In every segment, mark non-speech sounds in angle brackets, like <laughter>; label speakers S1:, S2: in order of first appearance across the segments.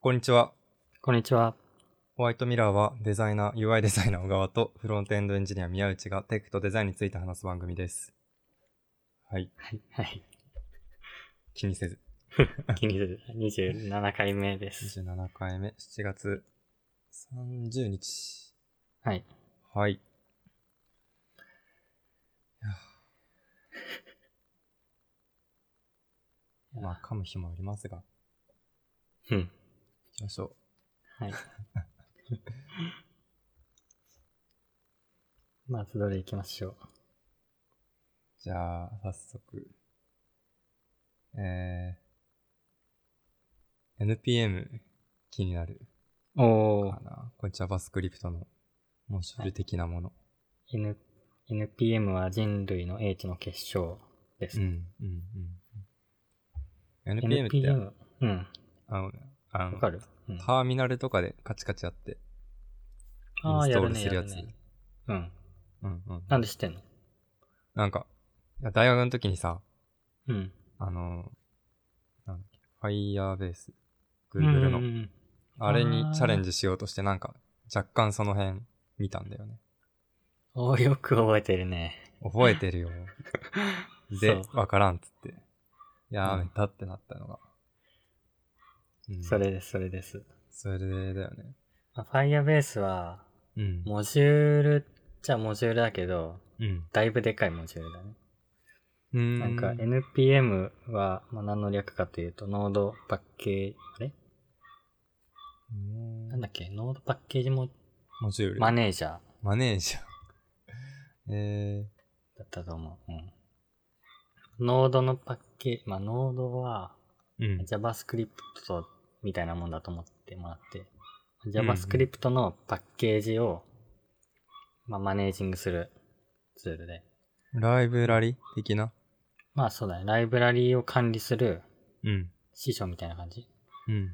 S1: こんにちは。
S2: こんにちは。
S1: ホワイトミラーはデザイナー、UI デザイナー小川とフロントエンドエンジニア宮内がテクとデザインについて話す番組です。はい。
S2: はい。はい。
S1: 気にせず。
S2: 気に入る27回目です。
S1: 27回目、7月30日。
S2: はい。
S1: はい。いやまあ、噛む日もありますが、
S2: うん。
S1: 行きましょう。
S2: はい。 <laughs> まずどれ行きましょう。
S1: じゃあ、早速。えー、NPM 気になる
S2: お
S1: かな。これ JavaScript のモジュール的なもの。
S2: ー、N、NPM は人類の英知の結晶です。
S1: うん、うん、うん。NPM って、
S2: NPM うん。
S1: あの、あ
S2: わ
S1: の
S2: かる、うん、
S1: ターミナルとかでカチカチやって、イ
S2: あ
S1: ン
S2: あ、
S1: ス
S2: や
S1: トール
S2: るね、
S1: す
S2: や
S1: るや
S2: る
S1: つ。
S2: ね。うん。
S1: うんうん。
S2: なんで知ってんの
S1: なんか、いや大学の時にさ、
S2: うん。
S1: あの、なんだっけ、Firebase、Google の、
S2: の。
S1: あれに
S2: あー
S1: チャレンジしようとして、なんか、若干その辺見たんだよね。
S2: おーよく覚えてるね。
S1: 覚えて
S2: <laughs>
S1: るよ。で、
S2: そう
S1: わからんっつって。や
S2: うん
S1: めたってなったのが。うん
S2: そ。れです、それです。
S1: それだよね。
S2: まあ Firebase は、
S1: うん。
S2: モジュールじゃモジュールだけど、
S1: うん。
S2: だいぶでかいモジュールだね。
S1: うーん
S2: なんか NPM は、まあ、何の略かというと、ノードパッケージ、あれなんだっけノードパッケージも
S1: モジュール。
S2: マネージャーだ
S1: マネージャー。え
S2: ったと思う。うん。ノードのパッケージ、まあ、ノードは
S1: ー、うん。
S2: JavaScript みたいなもんだと思ってもらって、
S1: ん
S2: JavaScript のパッケージを、まあ、マネージングするツールで。
S1: ライブラリ的な
S2: まあそうだね。ライブラリーを管理する
S1: うん。
S2: 師匠みたいな感じ。
S1: うん、うん、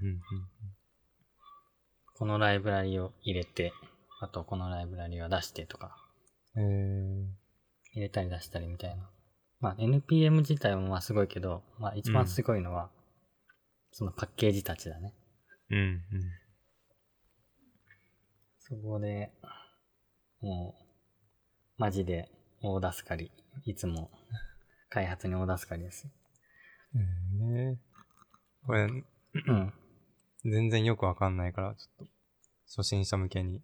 S2: このライブラリを入れて、あとこのライブラリは出してとか、
S1: うん。
S2: 入れたり出したりみたいな。まあ NPM 自体もまあすごいけど、まあ一番すごいのは、そのパッケージたちだね。
S1: えー、うん、
S2: そこで、もう、マジで大助かり。いつも、開発に大助かりです。
S1: うん。えー、これ、
S2: うん。
S1: 全然よくわかんないから、ちょっと、初心者向けに。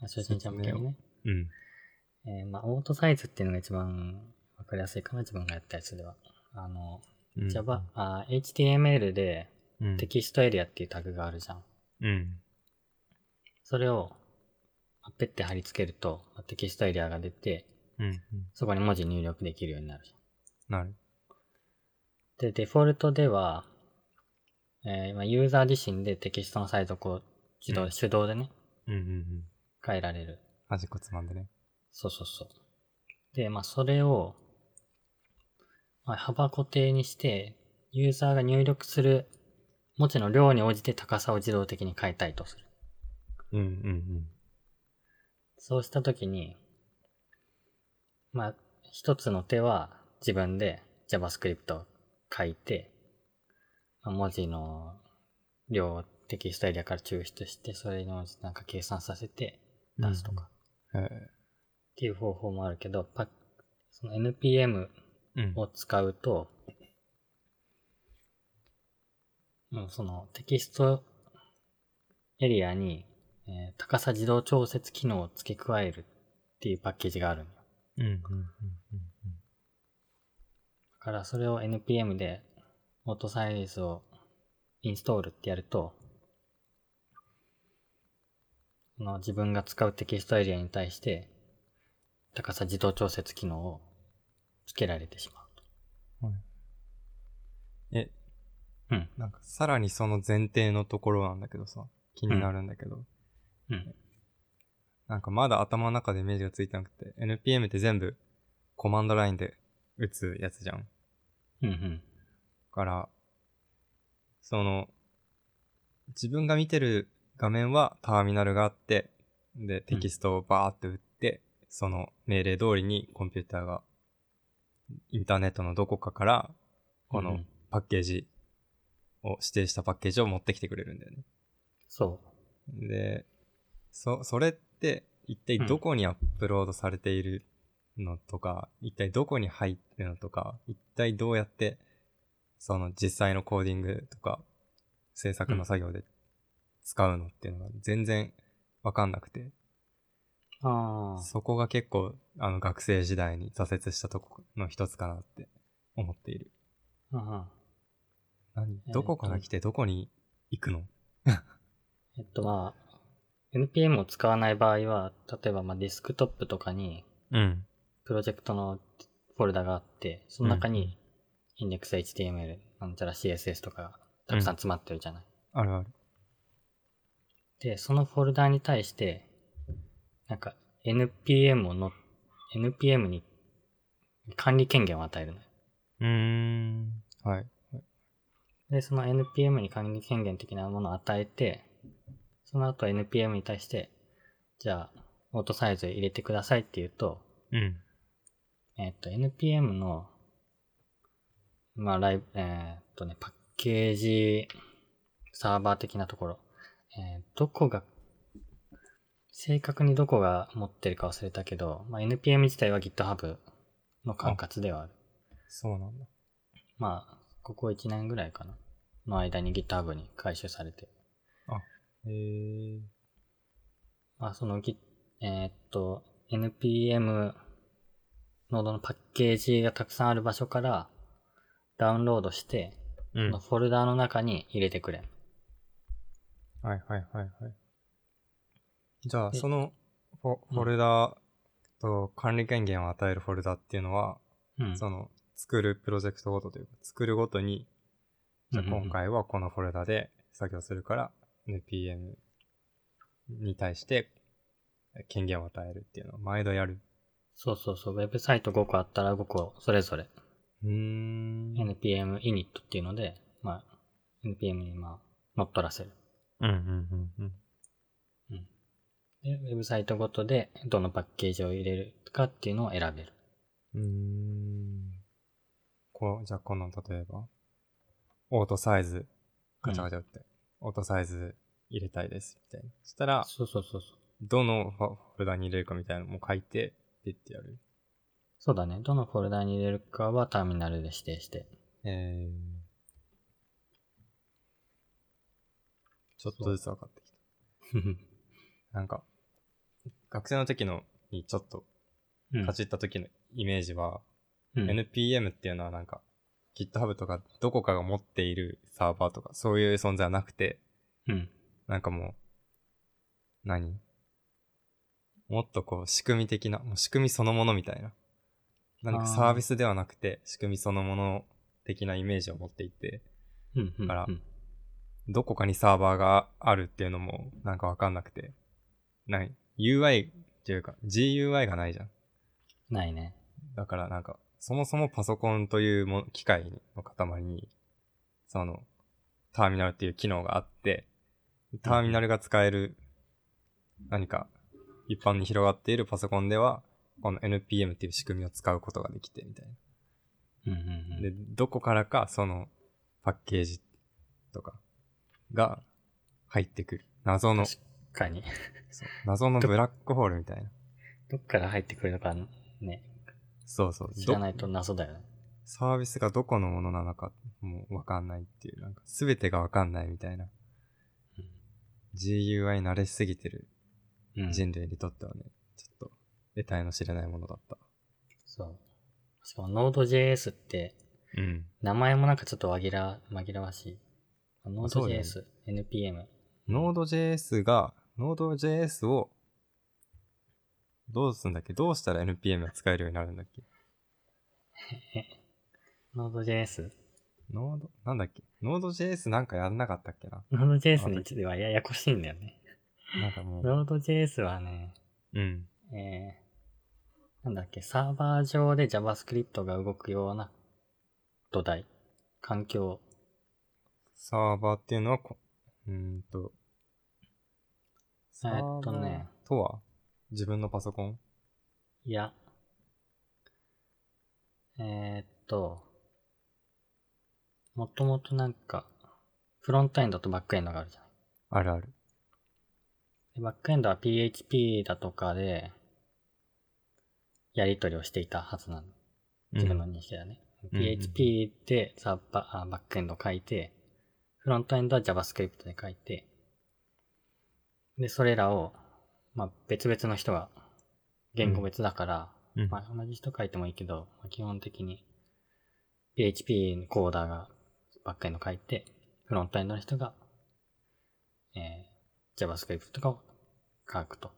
S2: 初心者向けにね。
S1: うん。
S2: えーまあオートサイズっていうのが一番わかりやすいかな、自分がやったやつでは。あの、
S1: うん
S2: Java、あー HTML で
S1: うん。
S2: テキストエリアっていうタグがあるじゃん。
S1: うん。
S2: それを、ペッて貼り付けると、テキストエリアが出て、
S1: うん。うん。
S2: そこに文字入力できるようになるじ
S1: なる。
S2: ゃん。で、デフォルトでは、えーまあ、ユーザー自身でテキストのサイズをこう、自動、
S1: うん
S2: 手動でね、
S1: うん、うん、うん。
S2: 変えられる。
S1: 端っこつまんでね。
S2: そうそうそう。で、まあ、それを、まあ、幅固定にして、ユーザーが入力する文字の量に応じて高さを自動的に変えたいとする。
S1: うんうん
S2: そうしたときに、まあ、一つの手は自分で JavaScript を書いて、まあ、文字の量をテキストエリアから抽出して、それのなんか計算させて
S1: うん。
S2: 出すとかっ
S1: うん。へ
S2: ていう方法もあるけど、パその NPM
S1: えうん。
S2: を使うと、もうそのテキストエリアに、えー高さ自動調節機能を付け加えるっていうパッケージがあるんよ。
S1: うんうんうん
S2: だからそれを NPM でオートサイズをインストールってやると、この自分が使うテキストエリアに対して高さ自動調節機能を付けられてしまうと。
S1: うん。え、
S2: うん。
S1: なんかさらにその前提のところなんだけどさ、気になるんだけど、
S2: うん。
S1: なんかまだ頭の中でイメージがついてなくて、NPM って全部コマンドラインで打つやつじゃん。だ
S2: うんうん。
S1: から、その、自分が見てる画面はターミナルがあって、で、テキストをバーって打って、その命令通りにコンピューターが、インターネットのどこかから、こ
S2: う
S1: の
S2: ん
S1: パッケージを指定したパッケージを持ってきてくれるんだよね。
S2: そ
S1: で、そ、それって一体どこにアップロードされているのとか、一体どこに入ってるのとか、一体どうやって、その実際のコーディングとか、制作の作業で使うのっていうのが全然わかんなくて、
S2: う。ああ。
S1: そこが結構、あの、学生時代に挫折したとこの一つかなって思っている。
S2: うん
S1: 何
S2: と
S1: どこから来てどこに行くの
S2: えっとまあ、NPM を使わない場合は、例えばまあディスクトップとかに
S1: うん。
S2: プロジェクトのフォルダがあって、その中にインデックス HTML、なんちゃら CSS とかがたくさん詰まってるじゃない。
S1: あるある。
S2: で、そのフォルダに対して、なんか NPM をの、NPM に管理権限を与えるのよ。
S1: うーん。はい。
S2: で、その NPM に管理権限的なものを与えて、その後 NPM に対して、じゃあ、オートサイズ入れてくださいって言うと、
S1: うん。
S2: えっ、と、NPM の、まあ、ライブ、えっ、とね、パッケージ、サーバー的なところ、えーどこが、正確にどこが持ってるか忘れたけど、まあ、NPM 自体は GitHub の管轄ではある。
S1: そうなんだ。
S2: まあ、ここ1年ぐらいかな。の間に GitHub に回収されて。
S1: へえ。
S2: まあ、そのぎ、えーっと、NPM ノードのパッケージがたくさんある場所からダウンロードして、
S1: う
S2: そ
S1: ん。
S2: のフォルダの中に入れてくれん。
S1: はいはいはいはい。じゃあ、
S2: で
S1: そのフォ
S2: うん
S1: フォルダと管理権限を与えるフォルダっていうのは、
S2: うん。
S1: その作るプロジェクトごとというか、作るごとに、じゃあ
S2: うんうんうん
S1: 今回はこのフォルダで作業するから、NPM に対して権限を与えるっていうのを毎度やる。
S2: そうそうそう。ウェブサイト5個あったら5個それぞれ
S1: うーん。
S2: NPM イニットっていうので、まあ、NPM にまあ乗っ取らせる。
S1: うんうんうんうん。
S2: で、ウェブサイトごとでどのパッケージを入れるかっていうのを選べる。
S1: うーん。こう、じゃあこの、例えば、オートサイズ、ガチャガチャって、オートサイズ入れたいです、みたいな。そしたら、
S2: そうそうそうそう。
S1: どのフォフォルダに入れるかみたいなのも書いて、ピッてやる。
S2: そうだね。どのフォルダに入れるかはターミナルで指定して。
S1: えー、ちょっとずつ分かってきた。なんか、学生の時のにちょっと
S2: うん
S1: かじった時のイメージは、
S2: うん
S1: NPM っていうのはなんか、GitHub とかどこかが持っているサーバーとか、そういう存在はなくて、
S2: うん。
S1: なんかもう、何もっとこう、仕組み的な、もう仕組みそのものみたいな。何か
S2: あー
S1: サービスではなくて、仕組みそのもの的なイメージを持っていて、
S2: うん。うん。
S1: から
S2: うん
S1: どこかにサーバーがあるっていうのも、なんかわかんなくて。ない。UI っていうか、GUI がないじゃん。
S2: ないね。
S1: だからなんか、そもそもパソコンというもの機械の塊に、その、ターミナルっていう機能があって、ターミナルが使える、何か、一般に広がっているパソコンでは、この NPM っていう仕組みを使うことができて、みたい
S2: うん。う
S1: な。
S2: ん。
S1: で、どこからか、その、パッケージとか、が、入ってくる。謎の、
S2: 確かに。
S1: そう謎のブラックホールみたいな。
S2: どっから入ってくるのかね、
S1: そうそう。
S2: 知
S1: ど
S2: らないと謎だよね。
S1: サービスがどこのものなのかもわかんないっていう、なんか全てがわかんないみたいな
S2: うん。
S1: GUI 慣れしすぎてる
S2: うん。
S1: 人類にとってはね、ちょっと得体の知れないものだった。
S2: そう。しかも Node.js って、
S1: うん。
S2: 名前もなんかちょっと紛ら、紛らわしい。
S1: そうだよね
S2: Node.js、NPM。
S1: Node.js が、Node.js を、どうすんだっけどうしたら NPM が使えるようになるんだっけ
S2: Node.js?
S1: ?Node、なんだっけ ?Node.js なんかやんなかったっけな
S2: Node.js の位置ではややこしいんだよね。
S1: なんかもう、
S2: Node.js はね、
S1: うん。
S2: えー、なんだっけ、サーバー上で JavaScript が動くような土台、環境、
S1: サーバーっていうのはこ、うーんと、
S2: えーっとね
S1: サーバーとは自分のパソコン
S2: いや、えー、っと、もともとなんか、フロントエンドとバックエンドがあるじゃない。
S1: あるある。
S2: でバックエンドは PHP だとかで、やり取りをしていたはずなの。自分の認識だね。
S1: うん
S2: PHP でさバあバックエンド書いて、フロントエンドは JavaScript で書いて、で、それらを、まあ、別々の人が、言語別だから、
S1: うん。うん
S2: まあ、同じ人書いてもいいけど、まあ基本的に PHP のコーダーがバックエンド書いて、フロントエンドの人が、えー、JavaScript とかを書くと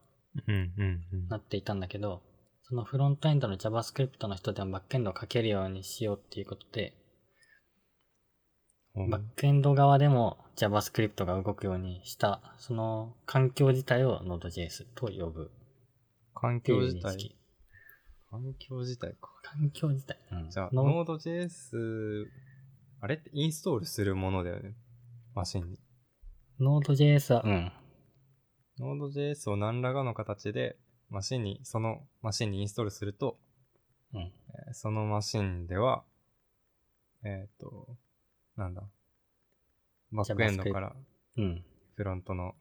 S1: うんうんうん。
S2: なっていたんだけど、そのフロントエンドの JavaScript の人でもバックエンドを書けるようにしようっていうことで、
S1: ほう
S2: バックエンド側でも JavaScript が動くようにした、その環境自体を Node.js と呼ぶ
S1: 環
S2: ってい
S1: 境
S2: う
S1: 自
S2: 認識
S1: 体。。環境自体か。
S2: 環境自体。うん。
S1: じゃあ、
S2: ノー
S1: Node.js、あれってインストールするものだよね。マシンに。
S2: Node.js は、うん。
S1: Node.js を何らかの形で、マシンに、そのマシンにインストールすると、
S2: うん。
S1: えーそのマシンでは、えっ、と、なんだ。バックエンドから
S2: うん。
S1: フロントの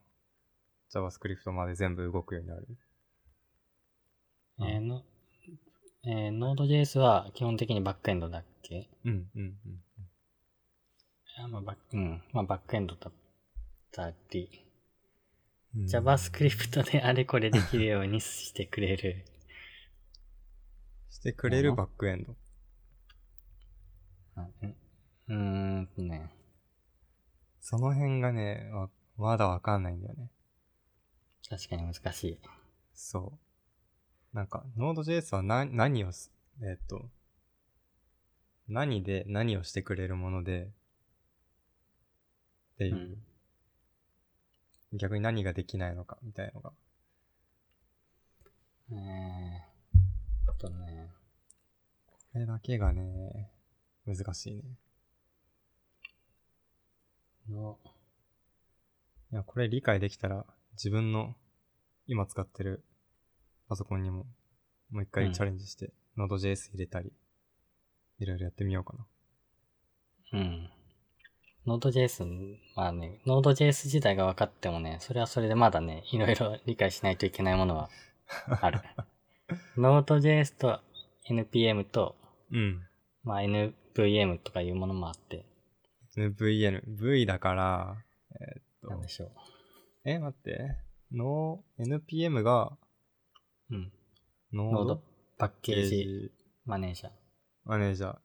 S1: JavaScript まで全部動くようになる。うん
S2: えーの、えー、Node.js は基本的にバックエンドだっけ
S1: うん、うん、うん。
S2: あまあ、バック、うん。まあ、バックエンドだったり、
S1: うん
S2: JavaScript であれこれできるようにしてくれる。
S1: してくれるバックエンド。
S2: うんうーんとね。
S1: その辺がね、わまだわかんないんだよね。
S2: 確かに難しい。
S1: そう。なんか、Node.js はな何をす、えっと、何で何をしてくれるもので、って
S2: う
S1: いう、
S2: ん。
S1: 逆に何ができないのか、みたいのが。
S2: えーっとね。
S1: これだけがね、難しいね。
S2: の、
S1: いや、これ理解できたら、自分の今使ってるパソコンにも、もう一
S2: う
S1: 回
S2: ん
S1: チャレンジして、Node.js 入れたり、いろいろやってみようかな。
S2: うん。Node.js、まあね、Node.js 自体が分かってもね、それはそれでまだね、いろいろ理解しないといけないものはあ <laughs> る。Node.js と NPM と、
S1: うん。
S2: まあ、NVM とかいうものもあって、
S1: VN。V だから、えー
S2: な
S1: っと
S2: んで、しょ
S1: え、待って。の、NPM が、
S2: う。うん。
S1: ノ
S2: ノ
S1: ー
S2: ー
S1: ド
S2: ドパッケ
S1: ペー
S2: ージ
S1: ジ
S2: マネー <laughs> ジャー。
S1: マネージャー。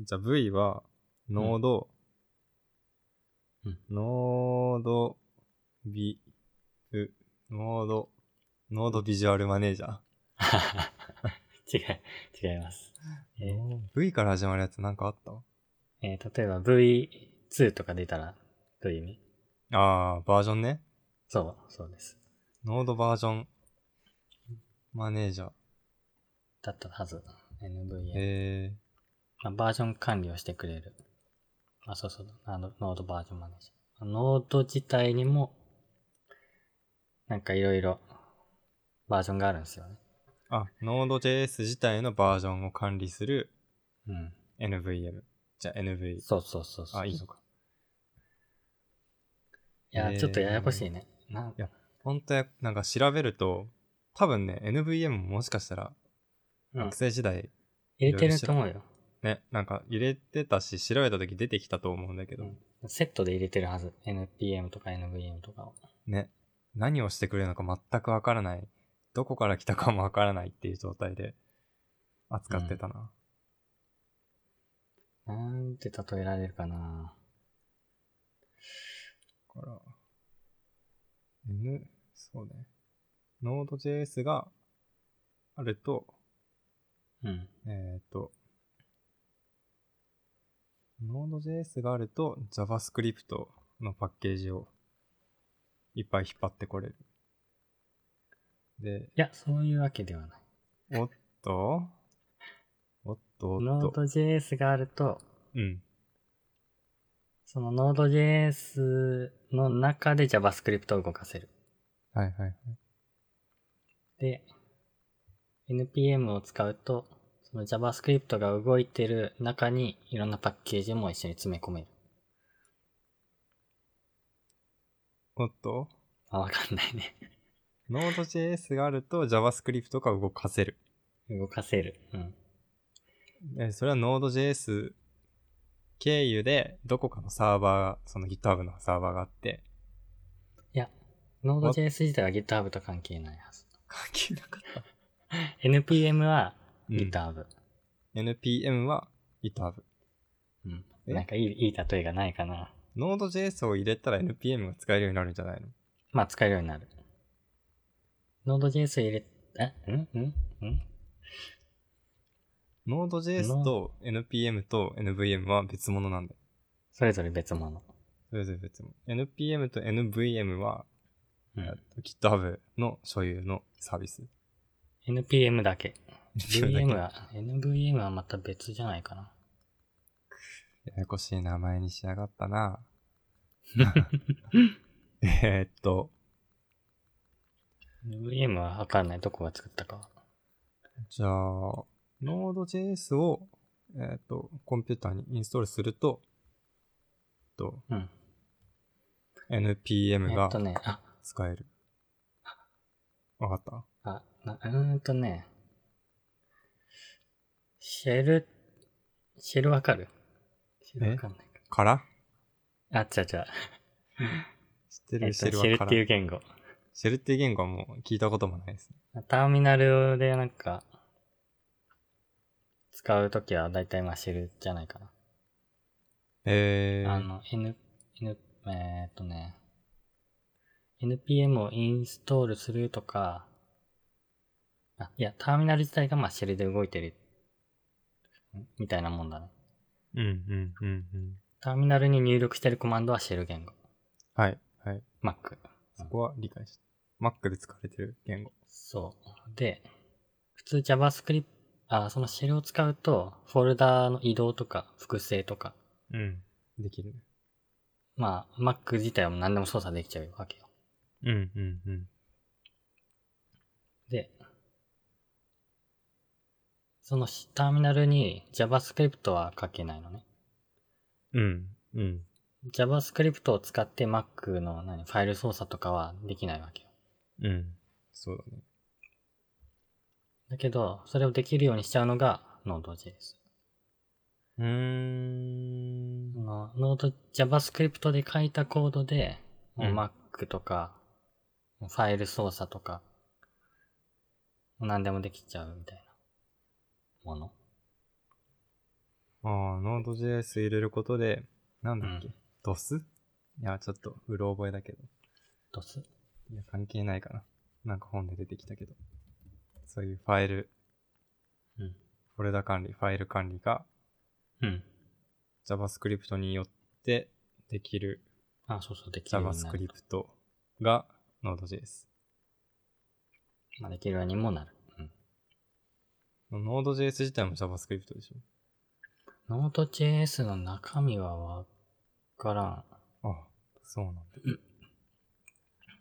S1: じゃあ V は、ノード、
S2: うん
S1: ノードビ、ブ、ノード、ノードビジュアルマネージャ
S2: 違う、違います。えー
S1: ー。V から始まるやつなんかあった
S2: えー例えば V2 とか出たらどういう意味
S1: あー、バージョンね。
S2: そう、そうです。
S1: ノードバージョンマネージャー。
S2: だったはず。NVM。
S1: え
S2: まあ、バージョン管理をしてくれる。あ、そうそう。あの、ノードバージョンマネージャー。ノード自体にも、なんかいろいろバージョンがあるんですよね。
S1: ー、あ、ノード JS 自体のバージョンを管理する
S2: うん。
S1: NVM。じゃあ NV。
S2: そうそうそうそう。
S1: あ、いいのか。
S2: いや、
S1: えー
S2: ちょっとややこしいね。なん
S1: いや本当や、なんか調べると、多分ね、NVM ももしかしたら、
S2: うん
S1: 学生時代、
S2: 入れてると思うよ。
S1: ね、なんか入れてたし、調べた時出てきたと思うんだけど、
S2: うんセットで入れてるはず。NPM とか NVM とかを。
S1: ね、何をしてくれるのか全くわからない、どこから来たかもわからないっていう状態で扱ってたな。
S2: なんて例えられるかな
S1: だから、N、そうね。Node.js があると、
S2: うん。
S1: えっ、と、Node.js があると JavaScript のパッケージをいっぱい引っ張ってこれる。で、
S2: いや、そういうわけではない。
S1: おっとおっとおっと。
S2: Node.js があると、
S1: うん。
S2: その Node.js の中で JavaScript を動かせる。
S1: はいはいはい。
S2: で、NPM を使うと、その JavaScript が動いてる中にいろんなパッケージも一緒に詰め込める。
S1: おっと
S2: あ、わかんないね。 <laughs>
S1: ?Node.js があると JavaScript が動かせる。
S2: 動かせる。うん。
S1: えそれは Node.js 経由でどこかのサーバーが、その GitHub のサーバーがあって、
S2: いや、Node.js 自体は GitHub と関係ないはず。
S1: 関係なかった。
S2: NPM は
S1: うん
S2: GitHub。
S1: NPM は GitHub。
S2: うん。
S1: え
S2: なんかいい、いい例えがないかな。
S1: Node.js を入れたら NPM が使えるようになるんじゃないの
S2: まあ、使えるようになる。Node.js 入れ、えうんうんうん
S1: ?Node.js と NPM と NVM は別物なんだよ。
S2: それぞれ別物。
S1: それぞれ別物。NPM と NVM は
S2: うん。
S1: GitHub の所有のサービス。
S2: NPM だけ。
S1: NPM だけ
S2: VM は、NVM はまた別じゃないかな。
S1: ややこしい名前にしやがった
S2: <laughs>
S1: な。えーっと、
S2: VM はわかんない。どこが作ったかは。
S1: じゃあ、Node.js を、えーっと、コンピューターにインストールすると、えっと、
S2: うん。
S1: NPM
S2: え
S1: が
S2: っとね、あ、
S1: 使える。わかった
S2: あ、なうーんとね、シェル、シェルわかるシェルわかんないか。
S1: から
S2: あ、違う違
S1: 知っ
S2: う。
S1: て
S2: え
S1: る
S2: っ
S1: シェ
S2: と、
S1: ル
S2: シェ
S1: は
S2: ル
S1: から
S2: っていう言語。
S1: シェルっていう言語はもう聞いたこともないですね。
S2: ターミナルでなんか、使うときはだいたいまあシェルじゃないかな。
S1: え
S2: あ
S1: ー、
S2: の、N、N、えーっとね、NPM をインストールするとか、あ、いや、ターミナル自体がまあシェルで動いてる、んみたいなもんだね。
S1: うんうんうんうん。
S2: ターミナルに入力してるコマンドはシェル言語。
S1: はい、はい。
S2: Mac。
S1: そこは理解した。Mac で使われてる言語。
S2: そう。で、普通 JavaScript、あ、そのシェルを使うと、フォルダーの移動とか、複製とか、
S1: うん。できるね。
S2: まあ、Mac 自体は何でも操作できちゃうわけよ。
S1: うんうんうん。
S2: で、そのしターミナルに JavaScript は書けないのね。
S1: うん。うん。
S2: JavaScript を使って Mac の何ファイル操作とかはできないわけよ。
S1: うん。そうだね。
S2: だけど、それをできるようにしちゃうのが Node.js。
S1: うーん。
S2: まあ、ノード JavaScript で書いたコードで、もう
S1: うん
S2: Mac とか、ファイル操作とか、何でもできちゃうみたいなもの。
S1: ああ、Node.js 入れることで、なんだっけ、
S2: う
S1: DOS? いや、ちょっと、うろ覚えだけど。
S2: ドス
S1: いや、関係ないかな。なんか本で出てきたけど。そういうファイル、
S2: うん。
S1: フォルダ管理、ファイル管理が
S2: うん。
S1: JavaScript によってできる
S2: あ、そうそう、できるようになる。
S1: JavaScript が Node.js。
S2: まあ、できるようにもなる。うん。
S1: Node.js 自体も JavaScript でし
S2: ノード JS の中身はわからん。
S1: ょ。ああ、そうなんだ。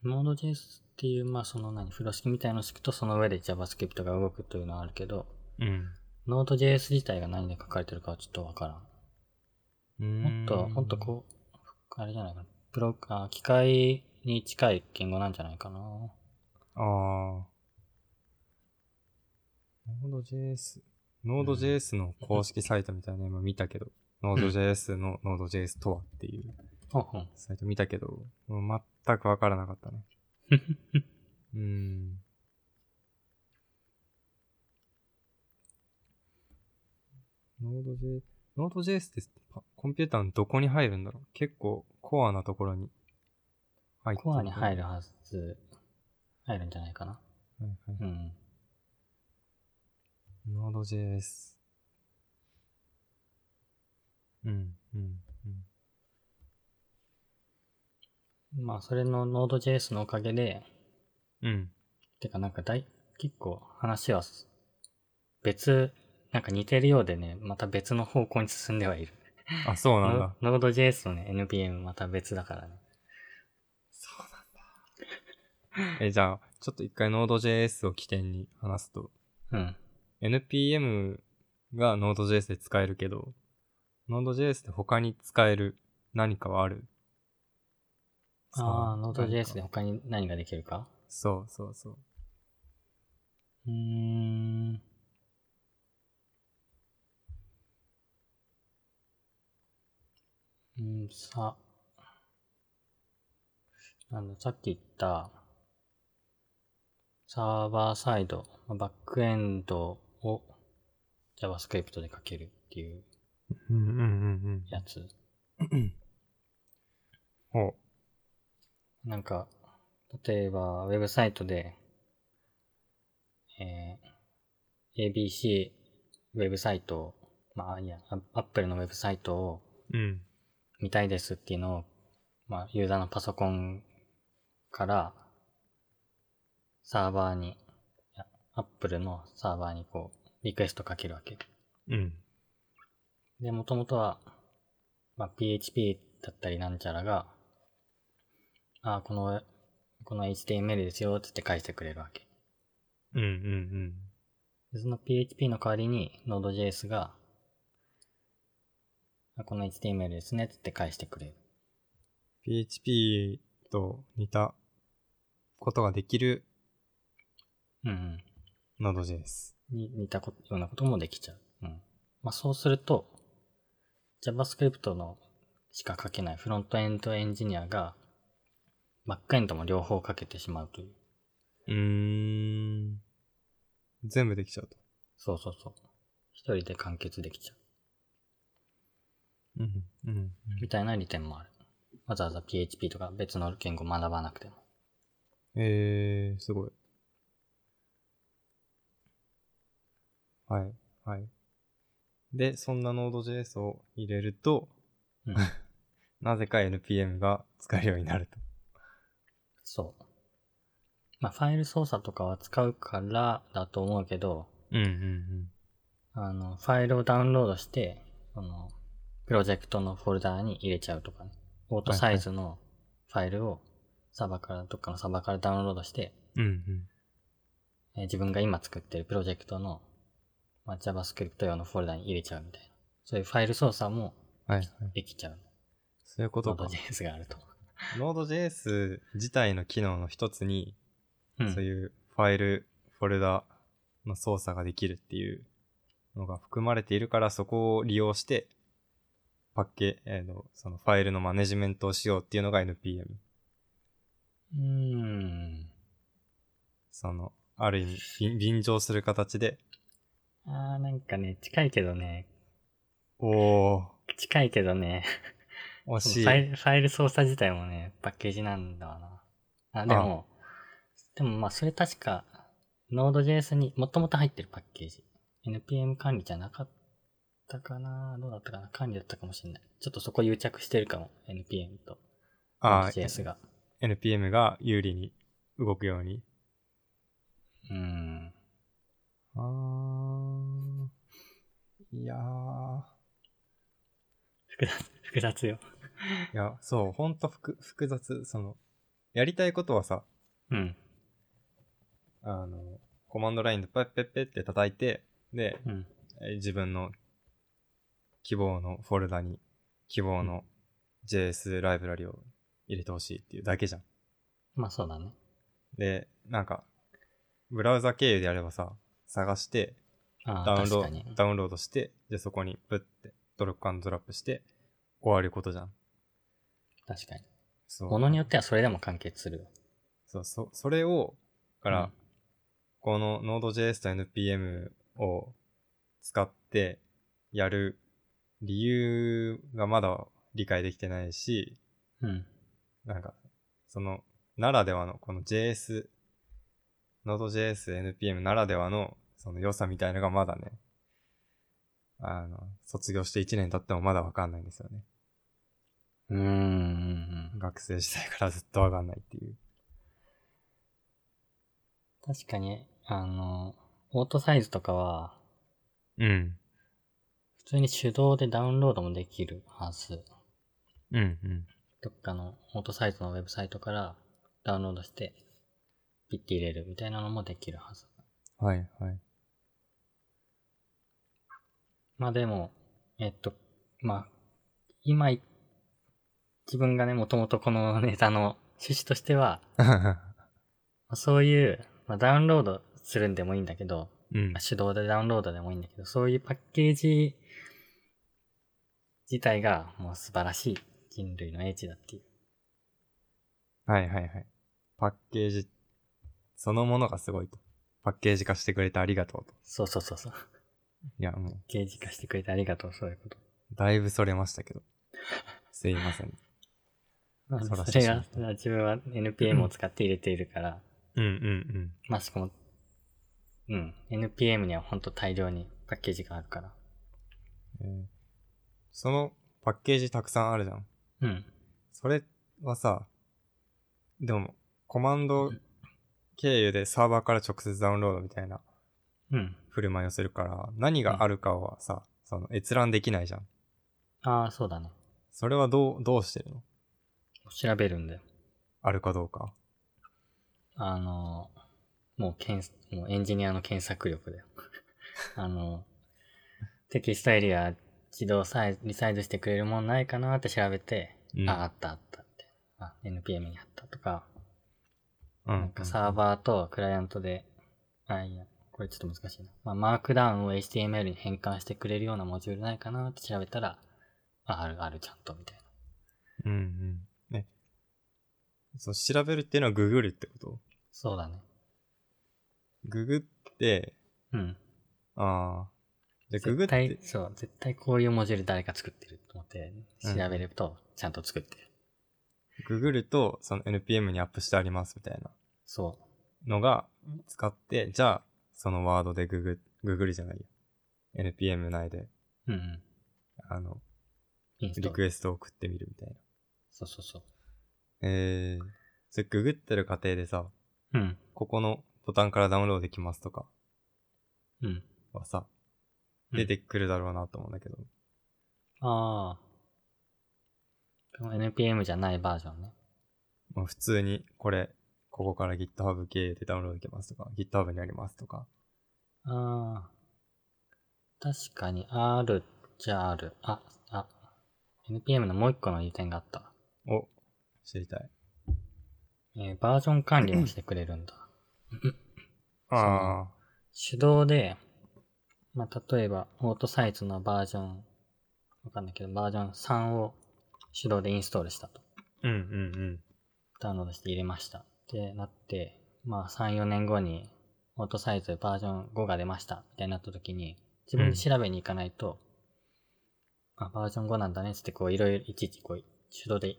S2: ノード JS っていう、まあ、その何、風呂敷みたいのを敷くと、その上で JavaScript が動くというのはあるけど、
S1: うん。
S2: ノード JS 自体が何で書かれてるかはちょっとわからん。
S1: うーん
S2: もっと、もっとこう、あれじゃないかな。プロ、あ機械に近い言語なんじゃないかな。
S1: ああ。Node.js。Node.js の公式サイトみたいなの今見たけど、Node.js の Node.js とはっていう
S2: ほんほん。
S1: サイト見たけど、もう全くわからなかったね。
S2: <laughs>
S1: うーん。Node.js、Node.js ってパコンピューターのどこに入るんだろう結構コアなところに入って
S2: コアに入
S1: る。
S2: るはず、入るんじゃないかな。
S1: はいはい
S2: うん。
S1: Node.js。うん、うん、
S2: まあ、それの Node.js のおかげで、
S1: うん。うん。
S2: てかなんか大、結構話はす、別、なんか似てるようでね、また別の方向に進んではいる。
S1: あ、そうなんだ。
S2: ノ Node.js とね、NPM また別だからね。
S1: そうなんだ。え、じゃあ、ちょっと一回 Node.js を起点に話すと、
S2: うん。
S1: NPM が Node.js で使えるけど、Node.js で他に使える何かはあるそう
S2: ああ、ノート
S1: なんか
S2: JS で他に何ができるか
S1: そうそうそう。
S2: うーん。うん、さ、なんだ、さっき言った、サーバーサイド、まあバックエンドを JavaScript で書けるっていう
S1: うんうんうん
S2: やつ。
S1: うん。ほ
S2: なんか、例えば、ウェブサイトで、えー ABC ウェブサイトを、まあ、いや、アップルのウェブサイトを
S1: う。うん。
S2: 見たいですっていうのを、まあ、ユーザーのパソコンから、サーバーに、アップルのサーバーにこう、リクエストかけるわけ。
S1: うん。
S2: で、もともとは、まあ、PHP だったりなんちゃらが、あーこの、この HTML ですよ、つって返してくれるわけ。
S1: うんうん
S2: でその PHP の代わりに Node.js が、あこの HTML ですね、つって返してくれる。
S1: うん。PHP と似たことができる
S2: うん、
S1: Node.js。
S2: うん。に似たこようなこともできちゃう。うん。まあ、そうすると、JavaScript のしか書けないフロントエンドエンジニアが、バックエンドも両方書けてしまうという。
S1: うーん。全部できちゃうと。
S2: そうそうそう。一人で完結できちゃう。
S1: うんうんうん。
S2: みたいな利点もある。わざわざ PHP とか別の言語を学ばなくても。
S1: えー、すごい。はい、はい。で、そんな Node.js を入れると、
S2: うん
S1: <laughs> なぜか NPM が使えるようになると。
S2: そう。まあ、ファイル操作とかは使うからだと思うけど、
S1: うんうん
S2: あの、ファイルをダウンロードして、その、プロジェクトのフォルダーに入れちゃうとかね。オートサイズのファイルをサーバーから、どっかのサーバーからダウンロードして、
S1: うん。うん
S2: えー自分が今作ってるプロジェクトの、まあ、JavaScript 用のフォルダーに入れちゃうみたいな。そういうファイル操作も
S1: うん。はい、はい。
S2: できちゃう。
S1: そういうことか。
S2: Node.js があると。
S1: Node.js 自体の機能の一つに、
S2: うん
S1: そういうファイル、フォルダの操作ができるっていうのが含まれているから、そこを利用して、パッケ、えーの、そのファイルのマネジメントをしようっていうのが NPM。
S2: うーん。
S1: その、ある意味、便便乗する形で、
S2: あー、なんかね、近いけどね、
S1: お
S2: 近いけどね、
S1: ー、惜
S2: フ
S1: しい。
S2: ァイル、ファイル操作自体もね、パッケージなんだわな。あ、でも、でもまあ、それ確か、Node.js にもともと入ってるパッケージ。NPM 管理じゃなかったかなどうだったかな管理だったかもしれない。ちょっとそこ癒着してるかも。NPM と
S1: あ
S2: Node.js
S1: ー、
S2: が。
S1: NPM が有利に動くように。
S2: うん。
S1: あー、いやー。
S2: 複雑、複雑よ。
S1: いや、そう、ほんと複複雑、その、やりたいことはさ、
S2: うん。
S1: あの、コマンドラインでペッペッペッって叩いて、で、
S2: うん。
S1: えー自分の希望のフォルダに希望の JS ライブラリを入れてほしいっていうだけじゃん。
S2: まあ、そうだね。
S1: で、なんか、ブラウザ経由であればさ、探して、
S2: あ
S1: ダ
S2: あ、
S1: ウンロ
S2: 確か
S1: ー
S2: に。
S1: ド、ダウンロードして、で、そこにプッてドロップアンドドラップして終わることじゃん。
S2: 確かに。
S1: そう。
S2: ものによってはそれでも完結するよ。
S1: そう、そ、それを、だから、
S2: うん
S1: この Node.js と NPM を使ってやる理由がまだ理解できてないし、
S2: うん。
S1: なんか、その、ならではの、この JS、Node.js、NPM ならではの、その良さみたいのがまだね、あの、卒業して1年経ってもまだわかんないんですよね。
S2: うーん。
S1: 学生時代からずっとわかんないっていう。
S2: 確かに、あの、オートサイズとかは、
S1: うん。
S2: 普通に手動でダウンロードもできるはず。
S1: うん、うん。
S2: どっかのオートサイズのウェブサイトからダウンロードして、ピッて入れるみたいなのもできるはず。
S1: はい、はい。 <laughs>
S2: まあでも、えっと、まあ、今い、自分がね、もともとこのネタの趣旨としては、
S1: う
S2: まあそういう、まあ、ダウンロードするんでもいいんだけど、
S1: ん
S2: まあ。手動でダウンロードでもいいんだけど、そういうパッケージ自体がもう素晴らしい人類の英知だっていう。
S1: はいはいはい。パッケージ、そのものがすごいと。パッケージ化してくれてありがとうと。
S2: そうそうそうそう。
S1: いや、もう、
S2: ゲージ化してくれてありがとう、そういうこと。
S1: だいぶそれましたけど。すいません。
S2: まあ
S1: そうらしい
S2: それが
S1: ですね、
S2: 自分は NPM を使って入れているから、
S1: うんうん
S2: まあしかも、うん、NPM にはほんと大量にパッケージがあるから。
S1: うん。えーそのパッケージたくさんあるじゃん。
S2: うん。
S1: それはさ、でも、コマンド経由でサーバーから直接ダウンロードみたいな
S2: うん。
S1: 振る舞いをするから、何があるかはさ、その閲覧できないじゃん。
S2: ああ、そうだね。
S1: それはどう、どうしてるの
S2: 調べるんだよ。
S1: あるかどうか。
S2: あの、もう検索、もうエンジニアの検索力だよ。 <laughs> あの、テキストエリア自動サイズ、リサイズしてくれるもんないかなって調べて、
S1: うん
S2: あ、あったあったって。あ、NPM にあったとか、
S1: う
S2: なんかサーバーとクライアントで、あ、いや、これちょっと難しいな。まあ、マークダウンを HTML に変換してくれるようなモジュールないかなって調べたら、あ、ある、ある、ちゃんと、みたいな。
S1: うんうん。ね。そう、調べるっていうのはググるってこと
S2: そうだね。
S1: ググって、
S2: うん。
S1: ああ。じゃあググ
S2: 絶
S1: っ
S2: 対
S1: て、、
S2: そう、絶対こういうモジュール誰か作ってると思って、調べると、ちゃんと作ってる。
S1: ググると、その NPM にアップしてありますみたいな
S2: そ
S1: のが使って、じゃあ、そのワードでググ、ググるじゃないよ。NPM 内で、
S2: う。うんうん。
S1: あの、
S2: インスト
S1: リ
S2: ー
S1: ク
S2: ル。
S1: エストを送ってみるみたいな。
S2: そうそうそう。
S1: えー、それググってる過程でさ、
S2: うん。
S1: ここのボタンからダウンロードできますとか
S2: うん。
S1: はさ、
S2: うん
S1: 出てくるだろうなと思うんだけど。
S2: ああ。この NPM じゃないバージョンね。
S1: まあ、普通にこれ、ここから GitHub 経由でダウンロードできますとか、GitHub にありますとか。
S2: ああ。確かに、R じゃある。あ、あ、NPM のもう一個の利点があった。
S1: を知りたい。
S2: えーバージョン管理もしてくれるんだ。
S1: あ
S2: 手動で、まあ、例えば、オートサイトのバージョン、わかんないけど、バージョン3を手動でインストールしたと。
S1: あ。うんうん
S2: ダウンロードして入れました。ってなって、まあ、3、4年後に、オートサイトでバージョン5が出ました。みたいになった時に、自分で調べに行かないと、あ、バージョン5なんだねっつって、こう、いろいろ、いちいちこう、手動で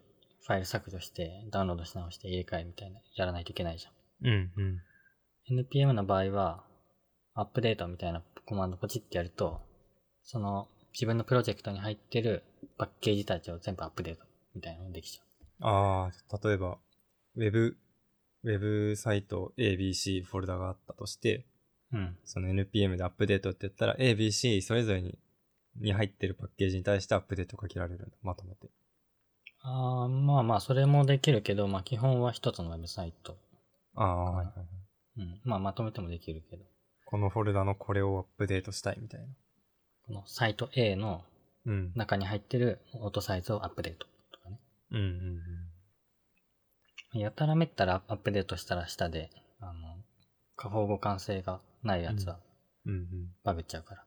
S2: ファイル削除して、ダウンロードし直して入れ替えみたいな、やらないといけないじゃん。
S1: うん。うんうん。
S2: NPM の場合は、アップデートみたいなコマンドポチってやると、その自分のプロジェクトに入ってるパッケージたちを全部アップデートみたいなのができちゃ
S1: ああ、例えば、Web、Web サイト ABC フォルダがあったとして、
S2: う。うん。
S1: その NPM でアップデートって言ったら ABC それぞれにに入ってるパッケージに対してアップデートかけられるんだ。まとめて。
S2: あーまあまあ、それもできるけど、まあ基本は一つのウェブサイト。
S1: ああ、はいはいはい。
S2: うん。まあまとめてもできるけど、
S1: このフォルダのこれをアップデートしたいみたいな。
S2: このサイト A の
S1: うん。
S2: 中に入ってるオートサイズをアップデートとかね。
S1: うんうんうん。
S2: やたらめったらアップデートしたら下で、あの、過方互換性がないやつは
S1: うんうん。
S2: バグっちゃうから。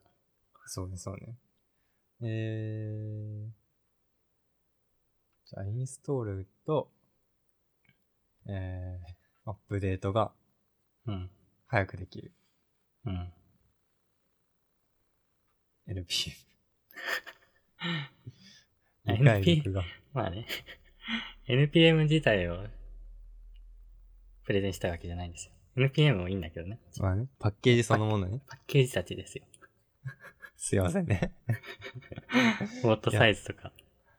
S1: そうね、そうね。えー、じゃあ、インストールと、えー、アップデートが
S2: うん。
S1: 早くできる。
S2: うん。
S1: NPM。
S2: <laughs> あ
S1: 理解力が。
S2: まあね。NPM 自体をプレゼンしたいわけじゃないんですよ。NPM もいいんだけどね。
S1: まあね、パッケージそのものね。
S2: パッケージたちですよ。
S1: すいませんね。
S2: ウォートサイズとか、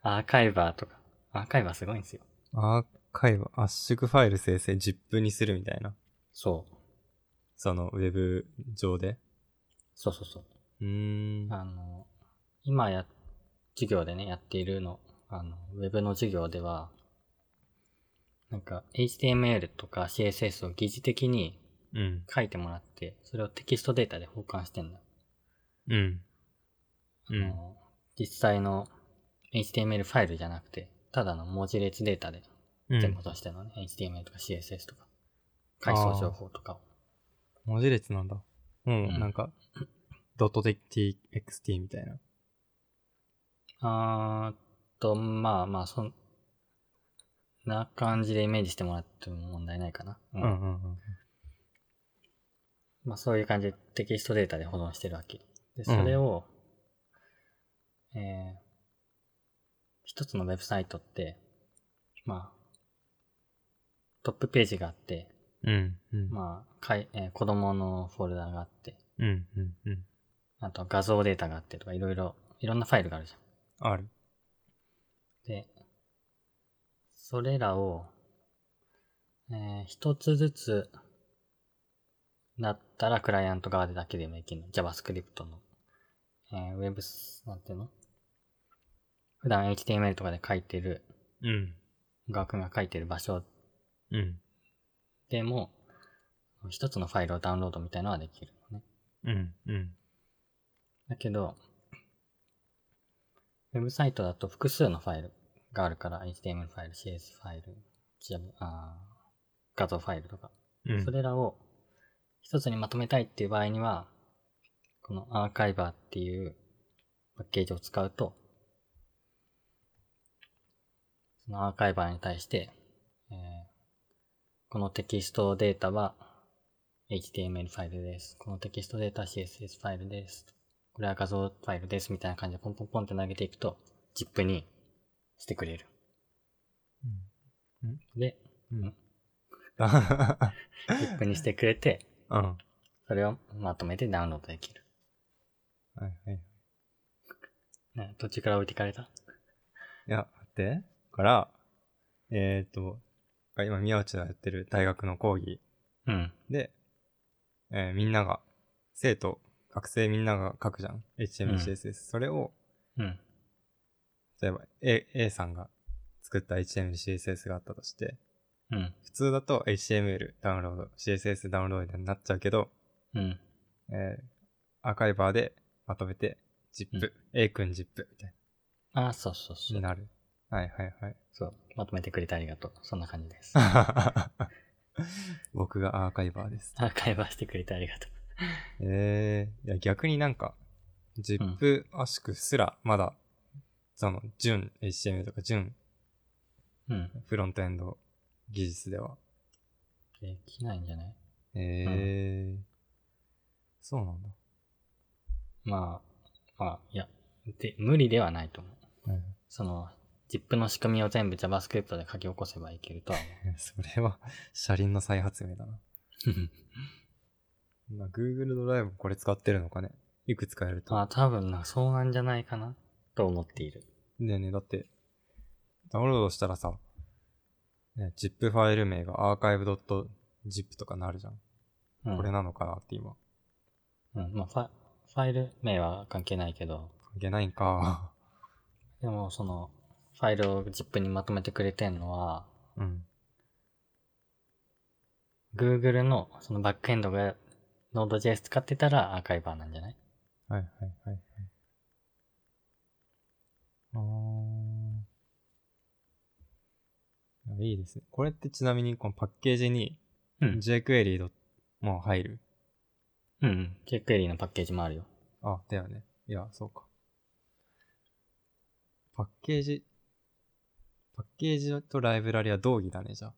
S2: アーカイバーとか。アーカイバーすごいんですよ。
S1: アーカイブ、圧縮ファイル生成 ZIP にするみたいな。
S2: そう。
S1: その、ウェブ上で。
S2: そうそうそう。
S1: うーん。
S2: あの、今や、授業でね、やっているの、あの、ウェブの授業では、なんか、HTML とか CSS を疑似的に
S1: うん。
S2: 書いてもらって、それをテキストデータで保管してんだ。
S1: うん。う
S2: あ
S1: ん。
S2: の実際の HTML ファイルじゃなくて、ただの文字列データで
S1: う
S2: 言
S1: ん
S2: 語。としてのね、HTML とか CSS とか、階層情報とかを。
S1: 文字列なんだ。もう
S2: うん
S1: なんか、ドット .txt みたいな。
S2: あーっと、まあまあ、そんな感じでイメージしてもらっても問題ないかな。
S1: う
S2: う
S1: んうんうん。
S2: まあそういう感じでテキストデータで保存してるわけ。で、それを、えー、一つのウェブサイトって、まあ、トップページがあって、
S1: うんうん。
S2: まあ、かいえー子供のフォルダがあって、
S1: うんうんうん。
S2: あと画像データがあってとか、いろいろ、いろんなファイルがあるじゃん。
S1: ある。
S2: で、それらを、えー一つずつ、だったらクライアント側でだけでもできるの。JavaScript の、えー、ウェブス、なんていうの普段 HTML とかで書いてる、
S1: うん。
S2: ガー君が書いてる場所
S1: うん。
S2: でも、一つのファイルをダウンロードみたいのはできるのね。
S1: うんうん。
S2: だけど、ウェブサイトだと複数のファイルがあるから、HTML ファイル、CS ファイル、Java あー画像ファイルとか、
S1: うん。
S2: それらを一つにまとめたいっていう場合には、このアーカイバーっていうパッケージを使うと、そのアーカイバーに対して、えーこのテキストデータは HTML ファイルです。このテキストデータは CSS ファイルです。これは画像ファイルです。みたいな感じでポンポンポンって投げていくと、ZIP にしてくれる。
S1: <laughs>
S2: で、
S1: うん。うんん。
S2: ZIP にしてくれて、
S1: うん。は
S2: それをまとめてダウンロードできる。
S1: いはい。
S2: ね、途中から置いてかれた
S1: いや、待って。から、えっ、ー、と、今、宮内がやってる大学の講義
S2: うん。
S1: で、えーみんなが、生徒、学生みんなが書くじゃん。
S2: う
S1: HTML、
S2: ん
S1: CSS。それを、
S2: うん。
S1: 例えば A, A さんが作った HTML、CSS があったとして、
S2: うん。
S1: 普通だと HTML ダウンロード、CSS ダウンロードになっちゃうけど、
S2: うん。
S1: えーアーカイバーでまとめて、ZIP、
S2: うん
S1: A 君 ZIP みたい
S2: あ、そうそうそ
S1: に
S2: う。
S1: なる。はいはいはい。
S2: そう。まとめてくれてありがとう。そんな感じです。 <laughs>
S1: 僕がアーカイバーです。
S2: あ、 <laughs> 会話してくれてありがと
S1: えー、いや逆になんか、ZIP 圧縮すらまだ、その、純 HTML とか純
S2: う。うん。
S1: フロントエンド技術では。
S2: できないんじゃない
S1: えー、そうなんだ。
S2: まあ、まあ、いや、で、無理ではないと思う。その、ZIP の仕組みを全部 JavaScript で書き起こせばいけるとは思
S1: うん <laughs> それは、車輪の再発明だな。
S2: <laughs> う。
S1: まあ Google ドライブこれ使ってるのかね。いくつかやると。
S2: まあ、多分な、そうなんじゃないかな、と思っている。
S1: ねえねえ、だって、ダウンロードしたらさ、ね、ZIP ファイル名が archive.zip とかなるじゃん。
S2: うん。
S1: これなのかなって今。
S2: うん。まあ、ファファイル名は関係ないけど、
S1: 関係ないんか。
S2: でも、その、ファイルを ZIP にまとめてくれてんのは、
S1: <laughs> うん。
S2: Google のそのバックエンドが Node.js 使ってたらアーカイバーなんじゃない
S1: はいはいはいはい。あー。いやいいですね。これってちなみにこのパッケージに
S2: う。
S1: jquery. ドもう入る。
S2: うんうん。jQuery のパッケージもあるよ。
S1: あ、だよね。いや、そうか。パッケージ、パッケージとライブラリは同義だね、じゃあ。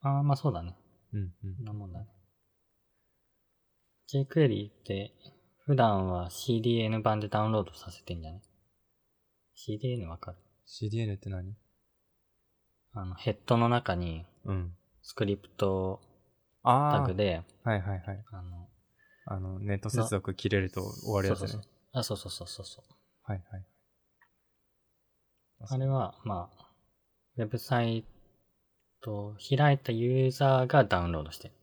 S2: ああ、まあそうだね。
S1: うんうん
S2: そんなもんだね。jQuery って普段は CDN 版でダウンロードさせてんじゃない ?CDN わかる
S1: CDN って何
S2: あの、ヘッドの中に
S1: うん。
S2: スクリプトタ
S1: あ
S2: グで、
S1: あ、はいはいはい。
S2: あの、
S1: あの、ネット接続切れると終わるやつ
S2: そう
S1: ね。
S2: そうそうあ、そうそうそうそうそう。
S1: はいはい。
S2: あれは、まあ、ウェブサイトを開いたユーザーがダウンロードしてる。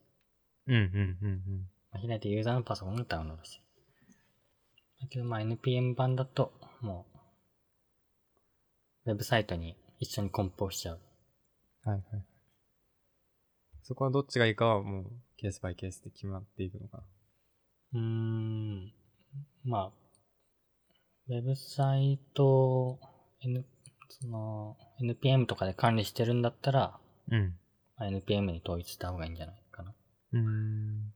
S1: うんうんうんうん。
S2: まあ開いたユーザーのパソコンがダウンロードしてる。だけど、まあ、NPM 版だと、もう、ウェブサイトに一緒に梱包しちゃう。
S1: はいはい。そこはどっちがいいかはもうケースバイケースで決まっていくのか
S2: うーん、まあ、ウェブサイト、N、その、NPM とかで管理してるんだったら、
S1: うん。
S2: まあ NPM に統一した方がいいんじゃないかな。
S1: うーん。